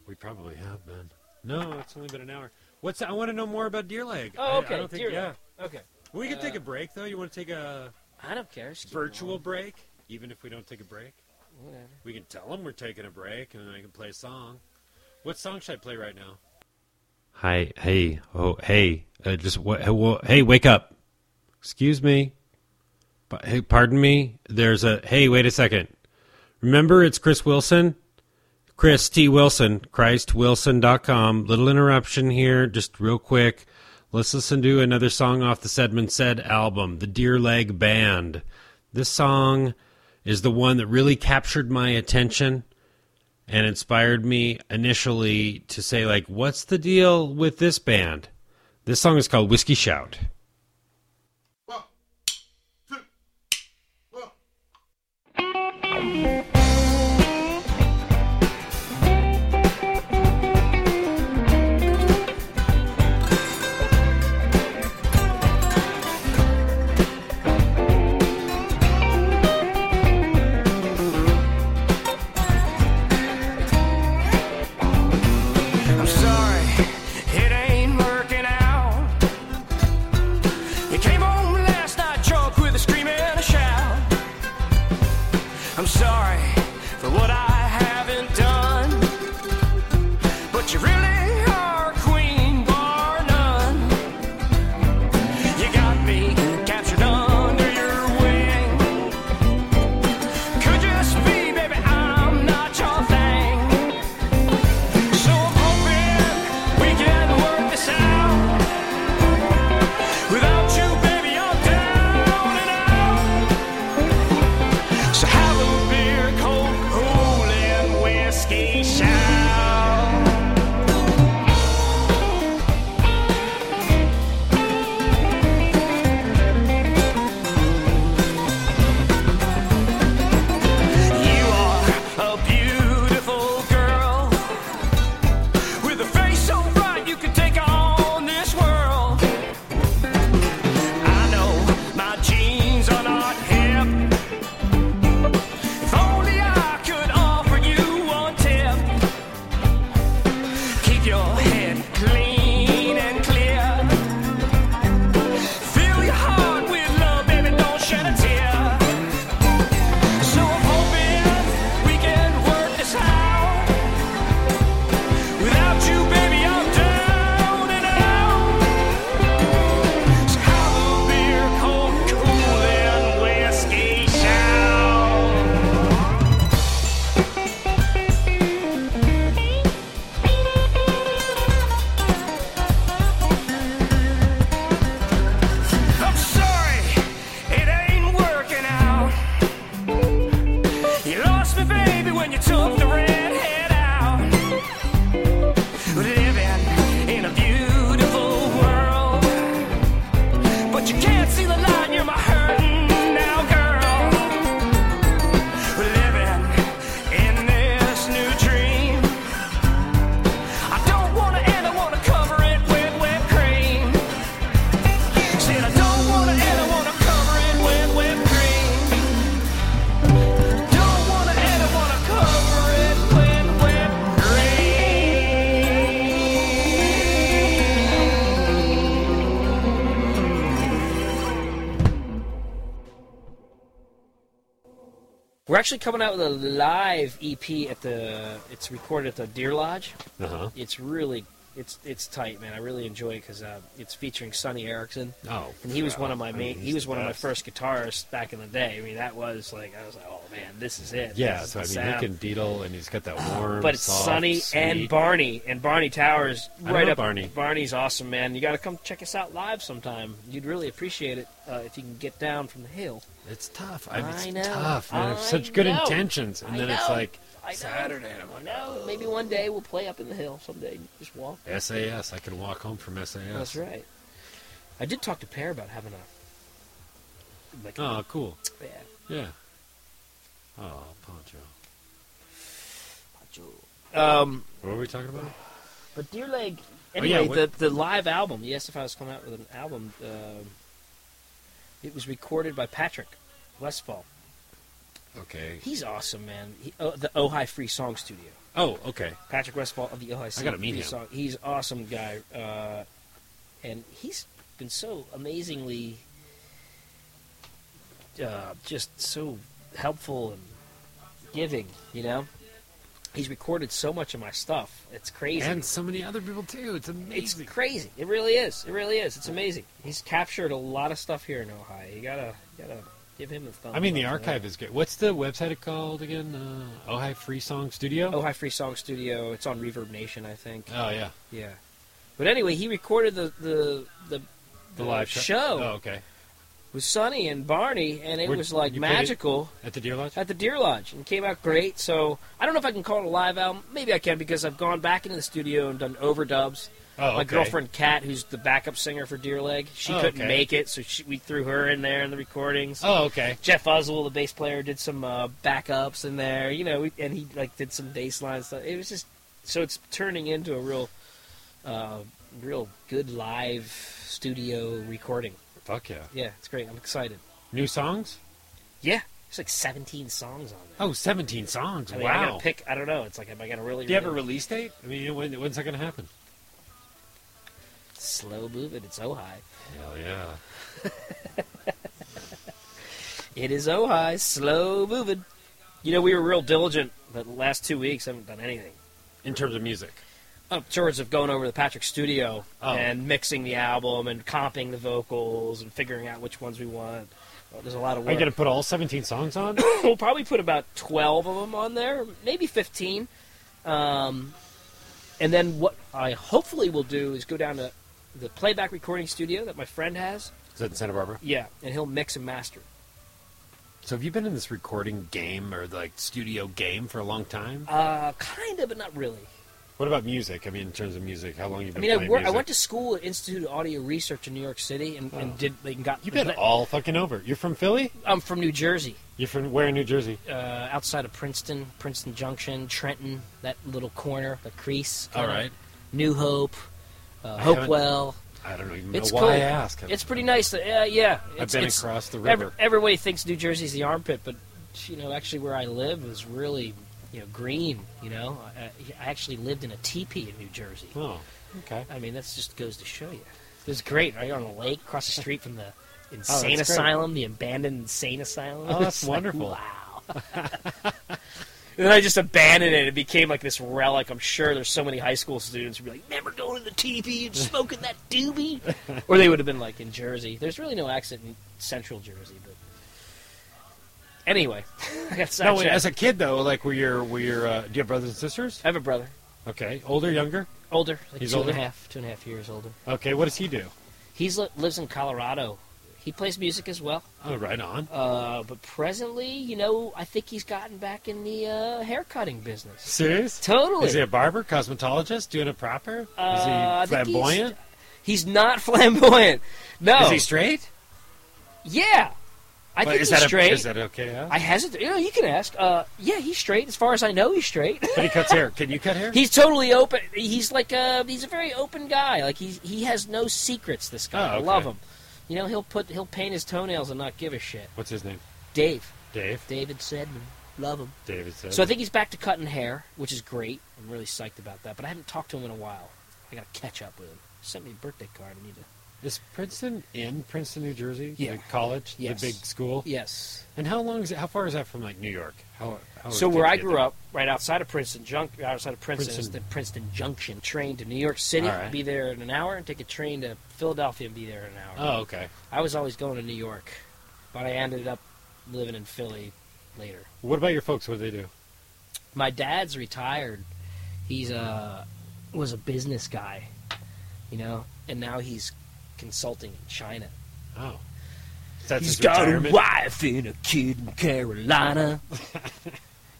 S2: We probably have been. No, it's only been an hour. What's I want to know more about deer leg. I-
S1: Oh, okay.
S2: I, don't think,
S1: Deer
S2: yeah.
S1: Leg. Okay.
S2: We could
S1: Uh,
S2: take a break though. You want to take a
S1: I don't care. Just keep
S2: virtual
S1: going.
S2: break, even if we don't take a break.
S1: Whatever.
S2: We can tell them we're taking a break, and then I can play a song. What song should I play right now? Hi, hey, oh, hey, uh, just what? Hey, wake up! Excuse me. Pa- Hey, pardon me. There's a hey. Wait a second. Remember, it's Chris Wilson. Chris T. Wilson, ChristWilson.com. Little interruption here, just real quick. Let's listen to another song off the Sedman Said album, The Deer Leg Band. This song is the one that really captured my attention and inspired me initially to say, like, what's the deal with this band? This song is called Whiskey Shout.
S6: I'm sorry, it ain't working out. You came home last night drunk with a scream and a shout. I'm sorry for what I haven't done. But you really are queen bar none. You got me captured under your wing. Could just be, baby, I'm not your thing. So I'm hoping we can work this out. Without you, baby, I'm down and out. So have a beer, cold, cool, and whiskey shout. You are a beautiful girl with a face so bright you could take on this world. I know my jeans are not hip. If only I could offer you one tip. Keep your head clean and clear. Fill your heart with love, baby, don't shed a tear. So I'm hoping we can work this out. Without you, baby, I'm down and out. So have a beer, cold, cool, and whiskey sound. I'm sorry, it ain't working out. You lost me, baby, when you took the red head out. Living in a beautiful world, but you can't see the light. You're my hurting now, girl. Living in this new dream. I don't wanna end. I wanna cover it with whipped cream. Said I don't wanna end. I wanna cover it with whipped cream. Don't wanna end, I wanna cover it with whipped cream.
S1: We're actually coming out with a live EP at the. It's recorded at the Deer Lodge.
S2: Uh huh.
S1: It's really, it's it's tight, man. I really enjoy it because uh, it's featuring Sonny Erickson,
S2: Oh,
S1: and he was
S2: wow.
S1: one of my
S2: I mean,
S1: main.
S2: he's
S1: he was
S2: the
S1: one of my
S2: best.
S1: first guitarists back in the day. I mean, that was like I was like, oh man, this is it.
S2: Yeah,
S1: This is
S2: so I
S1: the
S2: mean,
S1: sound.
S2: he can deedle, and he's got that warm.
S1: But it's
S2: soft,
S1: Sonny and
S2: sweet-
S1: Barney, and Barney Towers
S2: I
S1: right
S2: know
S1: up.
S2: Barney.
S1: Barney's awesome, man. You got to come check us out live sometime. You'd really appreciate it uh, if you can get down from the hill.
S2: It's tough. I mean, it's
S1: I know.
S2: tough. Man. I have
S1: I
S2: such good
S1: know.
S2: intentions, and
S1: I
S2: then it's
S1: know.
S2: like
S1: I know.
S2: Saturday. and I'm
S1: I
S2: like, "Oh."
S1: know. Maybe one day we'll play up in the hill someday. Just walk.
S2: SAS. I can walk home from SAS.
S1: That's right. I did talk to Pear about having a like a
S2: Oh, cool.
S1: yeah,
S2: Yeah. Oh, Poncho.
S1: Pancho. Um,
S2: What were we talking about?
S1: but Deer Leg.
S2: Oh, yeah,
S1: Anyway,
S2: what-
S1: the the live album. Yes, if I was coming out with an album, uh, um it was recorded by Patrick Westfall.
S2: Okay.
S1: He's awesome, man. He, oh, the Ojai Free Song Studio.
S2: Oh, okay.
S1: Patrick Westfall of the Ojai
S2: I gotta meet
S1: Free
S2: him.
S1: Song. He's awesome guy, uh, and he's been so amazingly, uh, just so helpful and giving. You know, he's recorded so much of my stuff. It's crazy.
S2: And so many other people too.
S1: It's
S2: It's amazing.
S1: crazy. It really is. It really is. It's amazing. He's captured a lot of stuff here in Ohio. You gotta, you gotta give him a thumbs.
S2: I mean, the
S1: up for that.
S2: archive is great. What's the website called again? Uh, Ojai Free Song Studio.
S1: Ohio Free Song Studio. It's on Reverb Nation, I think.
S2: Oh, yeah,
S1: yeah. But anyway, he recorded the the the,
S2: the live
S1: show,
S2: Oh, okay.
S1: with Sonny and Barney, and it
S2: Where-
S1: was like
S2: you played it?
S1: magical
S2: At the Deer Lodge.
S1: at the Deer Lodge, and came out great. So I don't know if I can call it a live album. Maybe I can because I've gone back into the studio and done overdubs.
S2: oh, okay.
S1: My girlfriend Kat, who's the backup singer for Deer Leg, she
S2: Oh,
S1: couldn't
S2: okay.
S1: make it, so she, we threw her in there in the recordings.
S2: Oh, okay.
S1: Jeff Uzzle, the bass player, did some uh, backups in there, you know, we, and he like did some bass line stuff. It was just so it's turning into a real, uh, real good live studio recording.
S2: Fuck yeah.
S1: Yeah, it's great. I'm excited.
S2: New songs?
S1: Yeah, there's like 17 songs on there.
S2: Oh, 17 songs.
S1: I mean, I
S2: wow.
S1: gotta pick. I don't know. It's like, am I gonna really?
S2: Do you have a
S1: really
S2: release date? I mean, when, when's that going to happen?
S1: slow move it? It's Ojai.
S2: Hell yeah.
S1: It is Ojai. Slow moving. You know, we were real diligent, but the last two weeks I haven't done anything.
S2: In terms of music.
S1: up towards of going over to Patrick's studio
S2: Oh.
S1: and mixing the album and comping the vocals and figuring out which ones we want. Well, There's a lot of
S2: Are you
S1: work.
S2: going to put all 17 songs on?
S1: we'll probably put about 12 of them on there, maybe 15. Um, and then what I hopefully will do is go down to the playback recording studio that my friend has.
S2: Is that in Santa Barbara?
S1: Yeah, and he'll mix and master.
S2: So have you been in this recording game or like studio game for a long time?
S1: Uh, kind of, but not really.
S2: What about music? I mean, in terms of music, how long you
S1: I
S2: been
S1: mean, I,
S2: playing
S1: wor- I
S2: music?
S1: went to school at Institute of Audio Research in New York City and, and did and got.
S2: Oh. You've been all fucking over. You're from Philly?
S1: I'm from New Jersey.
S2: You're from where in New Jersey?
S1: uh, outside of Princeton, Princeton Junction, Trenton, that little corner, the crease. kinda. New Hope, uh,
S2: haven't-
S1: Hopewell.
S2: I don't even know
S1: It's
S2: why
S1: cool.
S2: I ask.
S1: It's pretty nice. uh, yeah, yeah. It's,
S2: I've been
S1: it's-
S2: across the
S1: ev-
S2: river.
S1: everybody thinks New Jersey's the armpit, but you know, actually, where I live is really, you know, green. You know, I, I actually lived in a teepee in New Jersey.
S2: oh, okay.
S1: I mean, that just goes to show you. This is great. Right on a lake, across the street from the insane
S2: Oh, great.
S1: asylum, the abandoned insane asylum.
S2: Oh,
S1: It's
S2: that's
S1: like,
S2: wonderful.
S1: wow. and then I just abandoned it. It became like this relic. I'm sure there's so many high school students who'd be like, "Remember going to the TV and smoking that doobie?" or they would have been like in Jersey. There's really no accent in Central Jersey, but anyway, I got
S2: No,
S1: sidetracked.
S2: as a kid though, like were your were your uh, do you have brothers and sisters?
S1: I have a brother,
S2: Okay, older, younger.
S1: older, like
S2: He's
S1: two and a half, two and a half
S2: older?
S1: years older.
S2: Okay, what does he do?
S1: He's li- lives in Colorado. He plays music as well.
S2: Oh, right on.
S1: Uh, but presently, you know, I think he's gotten back in the uh, haircutting business.
S2: Serious?
S1: Totally.
S2: Is he a barber, cosmetologist, doing it proper?
S1: Uh, I
S2: Is he
S1: think he's-
S2: flamboyant?
S1: He's not flamboyant. No.
S2: Is he straight?
S1: yeah. I
S2: But
S1: think
S2: is
S1: he's
S2: that a-
S1: straight.
S2: is that okay? huh?
S1: I hesitate. You know, you can ask. Uh, yeah, he's straight. As far as I know, he's straight.
S2: But he cuts hair. Can you cut hair?
S1: he's totally open. He's like a, he's a very open guy. Like he's he has no secrets. This guy,
S2: Oh, okay.
S1: I love him. You know, he'll put he'll paint his toenails and not give a shit.
S2: What's his name?
S1: Dave,
S2: Dave.
S1: David Sedman, love him.
S2: David said.
S1: So I think he's back to cutting hair, which is great. I'm really psyched about that. But I haven't talked to him in a while. I got to catch up with him. He sent me a birthday card. I need to.
S2: is Princeton in Princeton, New Jersey?
S1: Yeah.
S2: The college,
S1: Yes.
S2: the big school.
S1: Yes.
S2: And how long is it? How far is that from like New York? How? how
S1: So
S2: did
S1: where
S2: you
S1: I
S2: get
S1: grew
S2: there?
S1: up, right outside of Princeton, junk outside of Princeton, is
S2: Princeton.
S1: the Princeton Junction. Train to New York City,
S2: All right.
S1: be there in an hour, and take a train to Philadelphia and be there in an hour.
S2: Oh, okay.
S1: I was always going to New York, but I ended up living in Philly later.
S2: What about your folks? What do they do?
S1: my dad's retired. He's a was a business guy, you know, and now he's consulting in China.
S2: Oh, that's
S1: he's
S2: his
S1: got
S2: retirement.
S1: a wife and a kid in Carolina.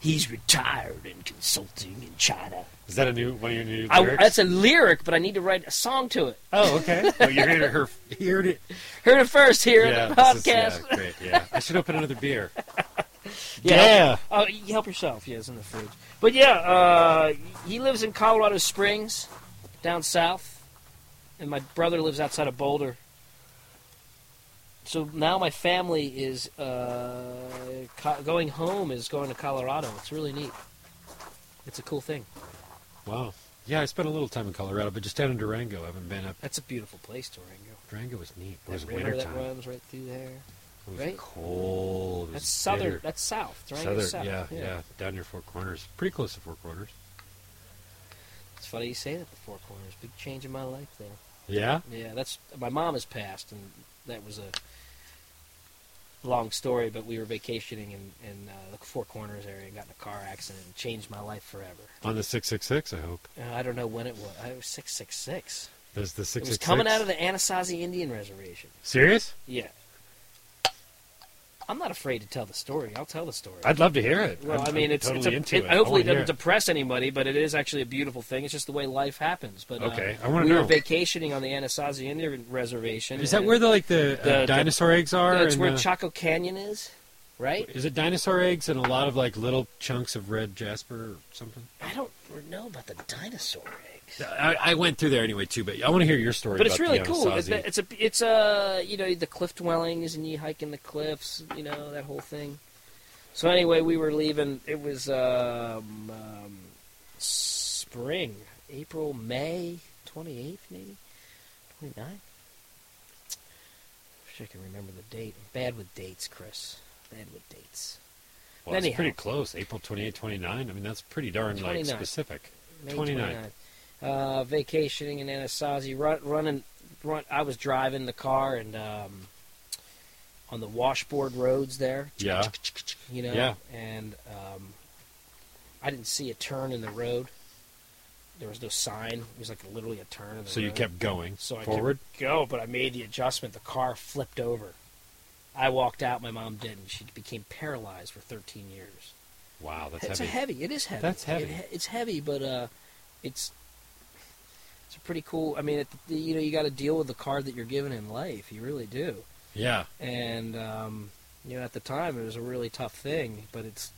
S1: he's retired and consulting in China.
S2: Is that a new one of your new
S1: I,
S2: lyrics?
S1: that's a lyric, but I need to write a song to it.
S2: Oh, okay. well, you're here to her. Here to
S1: Heard it first here on the
S2: this is- yeah,
S1: podcast.
S2: great, yeah. I should open another beer.
S1: Yeah. Oh, you help yourself. Yeah, it's in the fridge. But yeah, uh, he lives in Colorado Springs, down south, and my brother lives outside of Boulder. so now my family is uh, co- going home is going to Colorado. It's really neat. It's a cool thing.
S2: Wow. Yeah, I spent a little time in Colorado, but just down in Durango. I haven't been up.
S1: That's a beautiful place, Durango.
S2: Durango was neat. It
S1: That
S2: was
S1: river that
S2: wintertime. It
S1: runs right through there.
S2: was
S1: right?
S2: cold. It was
S1: That's southern.
S2: bitter.
S1: That's south. Durango's
S2: Southern,
S1: south.
S2: yeah, yeah, Down near Four Corners. Pretty close to Four Corners.
S1: It's funny you say that. The Four Corners, big change in my life there.
S2: Yeah?
S1: Yeah, that's my mom has passed, and that was a long story. But we were vacationing in in uh, the Four Corners area and got in a car accident and changed my life forever.
S2: On the 666, I hope.
S1: Uh, I don't know when it was. I was six six six.
S2: There's the 666.
S1: It was coming out of the Anasazi Indian Reservation.
S2: Serious?
S1: Yeah. I'm not afraid to tell the story. I'll tell the story.
S2: I'd love to hear it.
S1: well,
S2: I'm,
S1: i mean,
S2: I'm
S1: it's,
S2: totally
S1: it's
S2: into
S1: a,
S2: it.
S1: it,
S2: I
S1: hopefully it
S2: wanna hear
S1: doesn't depress anybody, but it is actually a beautiful thing. It's just the way life happens. But uh,
S2: Okay, I wanna
S1: we
S2: know.
S1: were vacationing on the Anasazi Indian Reservation.
S2: Is that
S1: and-
S2: where the like the, uh,
S1: The- the-
S2: dinosaur eggs are?
S1: That's
S2: and uh,
S1: where
S2: the-
S1: Chaco Canyon is, right?
S2: Is it dinosaur eggs and a lot of like little chunks of red jasper or something?
S1: I don't know about the dinosaur eggs,
S2: I, I went through there anyway too, but I want to hear your story.
S1: but it's
S2: about
S1: really
S2: the um,
S1: cool. It's,
S2: Anasazi.
S1: it's a it's a you know the cliff dwellings and you hike in the cliffs, you know that whole thing. So anyway, we were leaving. It was um, um, spring, April, May twenty eighth, maybe 29th. Wish I can remember the date. I'm bad with dates, Chris. Bad with dates.
S2: Well, it's
S1: anyhow.
S2: pretty close. April 28, 29. I mean, that's pretty darn like
S1: 29.
S2: specific.
S1: May
S2: 29th.
S1: 29th. Uh, vacationing in Anasazi, run, running. Run, I was driving the car and um, on the washboard roads there,
S2: Yeah.
S1: you know,
S2: Yeah.
S1: and um, I didn't see a turn in the road. There was no sign. It was like literally a turn. In the
S2: So you
S1: road.
S2: kept going
S1: Uh-huh. so I
S2: forward.
S1: Kept go, but I made the adjustment. The car flipped over. I walked out. My mom didn't. She became paralyzed for 13 years.
S2: Wow, that's
S1: It's
S2: heavy.
S1: a heavy. It is heavy.
S2: That's heavy.
S1: It he- it's heavy, but uh, it's it's a pretty cool. I mean, it, you know, you got to deal with the card that you're given in life. You really do.
S2: yeah.
S1: And um, you know, at the time, it was a really tough thing. But it's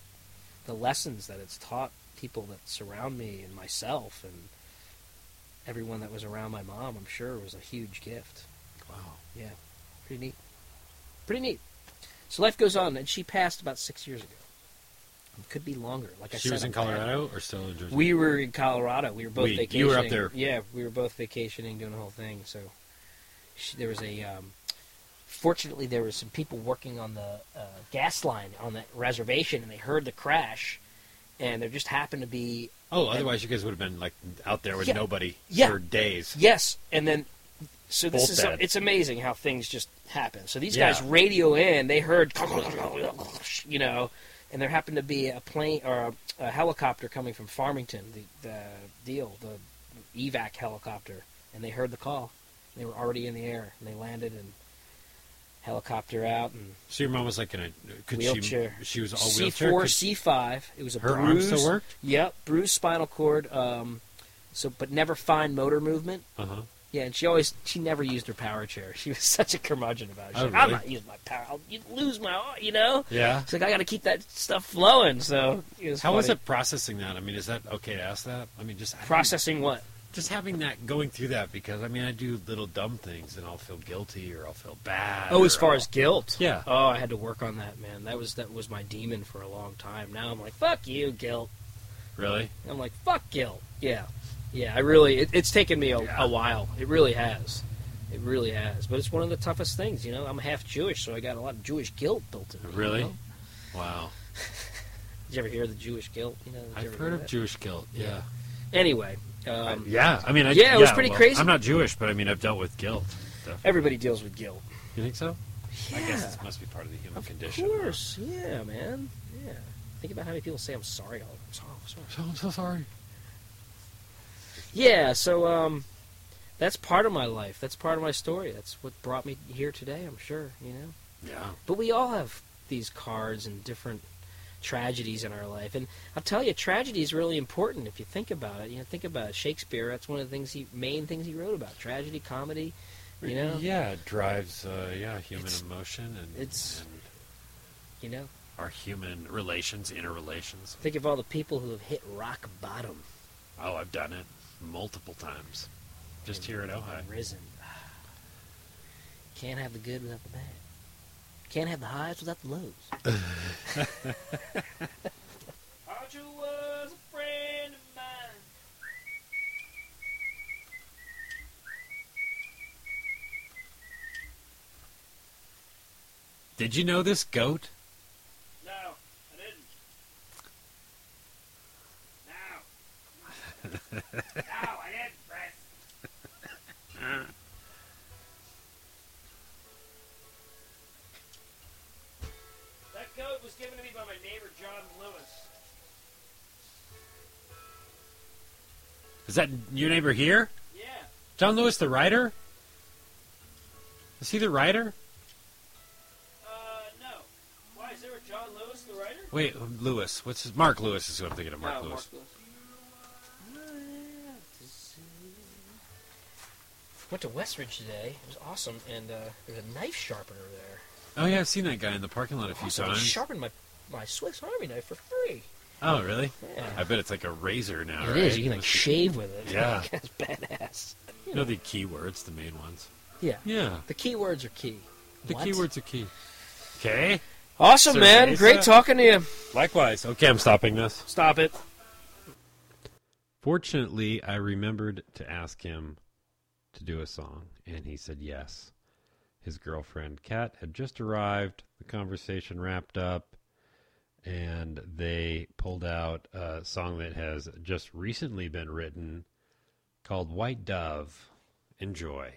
S1: the lessons that it's taught people that surround me and myself and everyone that was around my mom. I'm sure was a huge gift.
S2: Wow.
S1: Yeah, pretty neat. Pretty neat. So life goes on, and she passed about six years ago. It could be longer. Like I
S2: she
S1: said,
S2: was in
S1: I'm bad.
S2: Colorado or still in Jersey?
S1: We were in Colorado. We were both
S2: We-
S1: vacationing.
S2: you were up there.
S1: Yeah, we were both vacationing, doing the whole thing. So she, there was a. Um, fortunately, there were some people working on the uh, gas line on the reservation, and they heard the crash, and there just happened to be
S2: oh, otherwise you guys would have been like out there with
S1: Yeah.
S2: nobody
S1: Yeah.
S2: for days.
S1: Yes, and then so this
S2: Both
S1: is
S2: dead.
S1: it's amazing how things just happen. So these
S2: Yeah.
S1: guys radio in, they heard you know, and there happened to be a plane or a, a helicopter coming from Farmington, the the deal, the evac helicopter, and they heard the call. They were already in the air and they landed and helicopter out and
S2: So your mom was like in a could
S1: Wheelchair.
S2: She, she was all
S1: C
S2: wheelchair.
S1: four
S2: Could-
S1: C five. It was a
S2: her arm
S1: bruised,
S2: still worked.
S1: Yep, bruised spinal cord. Um, so but never fine motor movement.
S2: Uh huh.
S1: Yeah, and she always she never used her power chair. She was such a curmudgeon about it. She's
S2: Oh,
S1: like,
S2: really?
S1: I'm not using my power. I'll you lose my, ar- you know.
S2: Yeah.
S1: She's like, I got to keep that stuff flowing. So it was
S2: How was
S1: funny.
S2: it processing that? I mean, is that okay to ask that? I mean, just I don't-
S1: processing what?
S2: just having that going through that because I mean, I do little dumb things and I'll feel guilty or I'll feel bad.
S1: Oh, as
S2: or
S1: far
S2: I'll-
S1: as guilt.
S2: Yeah.
S1: Oh, I had to work on that, man. That was that was my demon for a long time. Now I'm like, fuck you, guilt.
S2: really,
S1: I'm like, fuck guilt. Yeah, yeah. I really, it, it's taken me a,
S2: Yeah.
S1: a while. It really has. It really has. But it's one of the toughest things, you know. I'm half Jewish, so I got a lot of Jewish guilt built in. me, you
S2: really,
S1: know?
S2: wow.
S1: Did you ever hear the Jewish guilt? You know, did you
S2: I've
S1: ever
S2: heard
S1: hear
S2: of
S1: that?
S2: Jewish guilt. Yeah,
S1: Anyway, um,
S2: yeah. I mean, I,
S1: yeah, it was pretty
S2: well,
S1: crazy.
S2: I'm not Jewish, but I mean, I've dealt with guilt. Definitely.
S1: everybody deals with guilt.
S2: You think so?
S1: Yeah,
S2: I guess it must be part of the human
S1: of
S2: condition. huh?
S1: course. Yeah, man. Yeah. Think about how many people say I'm sorry all the time. I'm sorry.
S2: So I'm so sorry.
S1: Yeah. So um, that's part of my life. That's part of my story. That's what brought me here today. I'm sure. You know.
S2: Yeah.
S1: But we all have these cards and different tragedies in our life. And I'll tell you, tragedy is really important if you think about it. You know, think about it. Shakespeare. That's one of the things he main things he wrote about tragedy, comedy. You know,
S2: Yeah, it drives uh, yeah human
S1: It's-
S2: emotion and
S1: it's-
S2: and
S1: you know.
S2: our human relations, interrelations.
S1: Think of all the people who have hit rock bottom
S2: Oh, I've done it multiple times, just here at Ojai.
S1: and risen. Can't have the good without the bad.
S4: Can't have the highs without the lows.
S3: Archer was a friend of mine.
S2: Did you know this goat?
S3: No, I didn't. No. no, I didn't, Brett. that goat was given to me by my neighbor John Lewis.
S2: Is that your neighbor here?
S3: Yeah.
S2: John Lewis, the writer? Is he the writer?
S3: Uh, no. Why is there a John Lewis, the writer? Oh,
S2: Wait, Lewis. What's his, Mark Lewis is who I'm thinking of. Mark
S3: no,
S2: Lewis.
S3: Mark Lewis.
S1: Went to Westridge today. It was awesome, and uh, there's a knife sharpener there.
S2: Oh yeah, I've seen that guy in the parking lot a few
S1: Awesome. He
S2: times.
S1: sharpened my my Swiss Army knife for free.
S2: Oh really?
S1: Yeah.
S2: I bet it's like a razor now.
S1: It is.
S2: right?
S1: You can like shave with it.
S2: Yeah.
S1: it's badass.
S2: You know the keywords, the main ones.
S1: Yeah.
S2: Yeah,
S1: The keywords are key.
S2: the
S1: What?
S2: keywords are key. Okay.
S1: Awesome,
S2: Sir
S1: man.
S2: Mesa?
S1: Great talking to you.
S2: Likewise. Okay, I'm stopping this.
S1: Stop it.
S2: Fortunately, I remembered to ask him to do a song, and he said yes. His girlfriend, Kat, had just arrived. The conversation wrapped up, and they pulled out a song that has just recently been written called White Dove. Enjoy.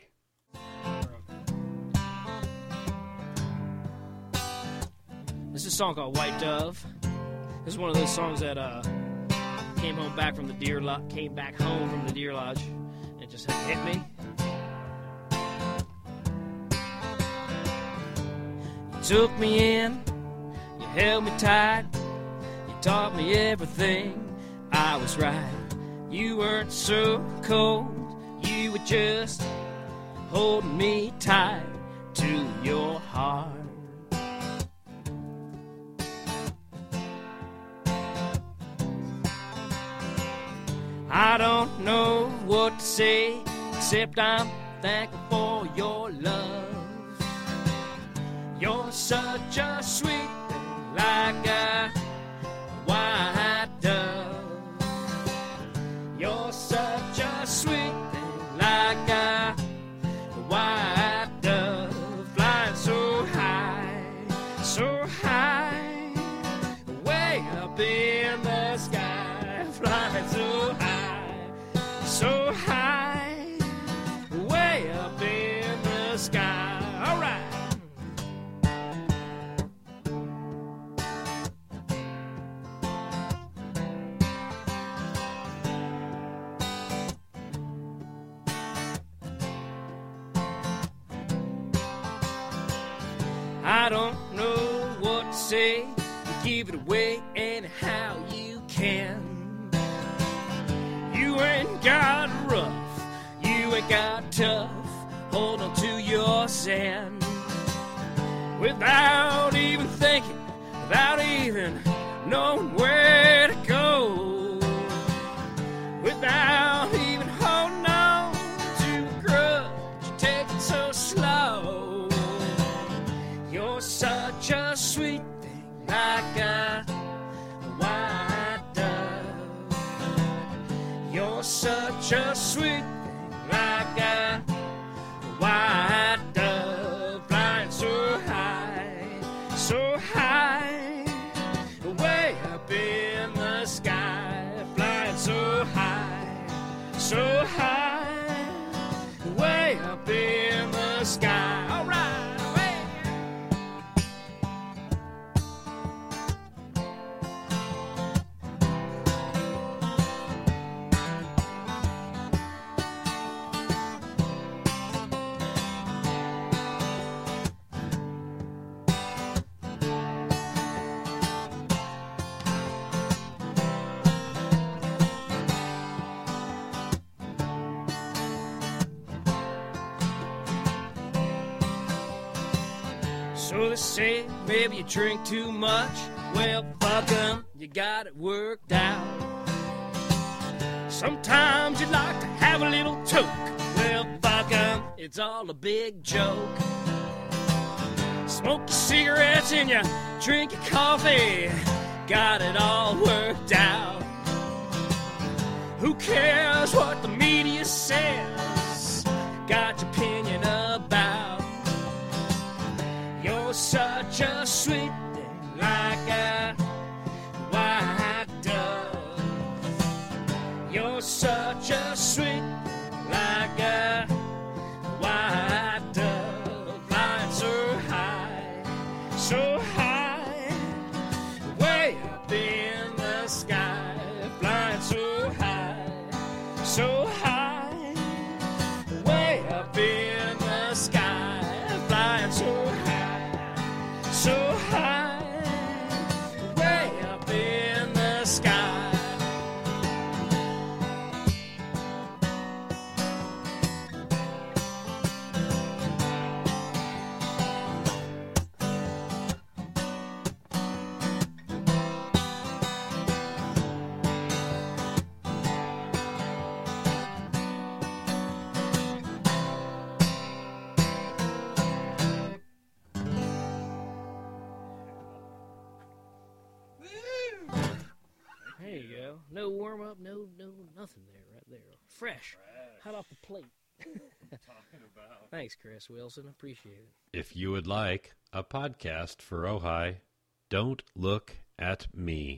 S1: This is a song called White Dove. This is one of those songs that uh, came home back from the deer lodge, came back home from the deer lodge, and it just hit me. You took me in, you held me tight, you taught me everything. I was right. You weren't so cold. You were just holding me tight to your heart. I don't know what to say, except I'm thankful for your love. You're such a sweet thing, like a white dove. You're such a sweet thing, like a white dove, flying so high, so high way up in the sky, flying so high, so high, way up in the sky. All right. I don't know what to say. You give it away anyhow you can. You ain't got rough, you ain't got tough. Hold on to your sand. Without even thinking, without even knowing where to go. Without even holding on to a grudge, you take it so slow. You're such a sweet thing, like a white dove. You're such a sweet thing, like a white dove, flying so high, so high, way up in the sky, flying so high, so high, way up in the sky. All right, way. So they say, maybe you drink too much. Well, fuck 'em, you got it worked out. Sometimes you like to have a little toke. Well, fuck 'em, it's all a big joke.
S6: Smoke your cigarettes and you drink your coffee. Got it all worked out. Who cares what the media says? Got your opinion about. You're such a sweet thing, like a white dove. You're such a sweet, like a white dove. Lights are high, so high, way up in the sky. Flying so high, so high, way up in the sky. Flying so high, so high, way up in the sky.
S1: There you go. No warm up, no no nothing there, right there. Fresh, hot off the plate. Thanks, Chris Wilson. Appreciate it.
S2: If you would like a podcast for Ojai, don't look at me.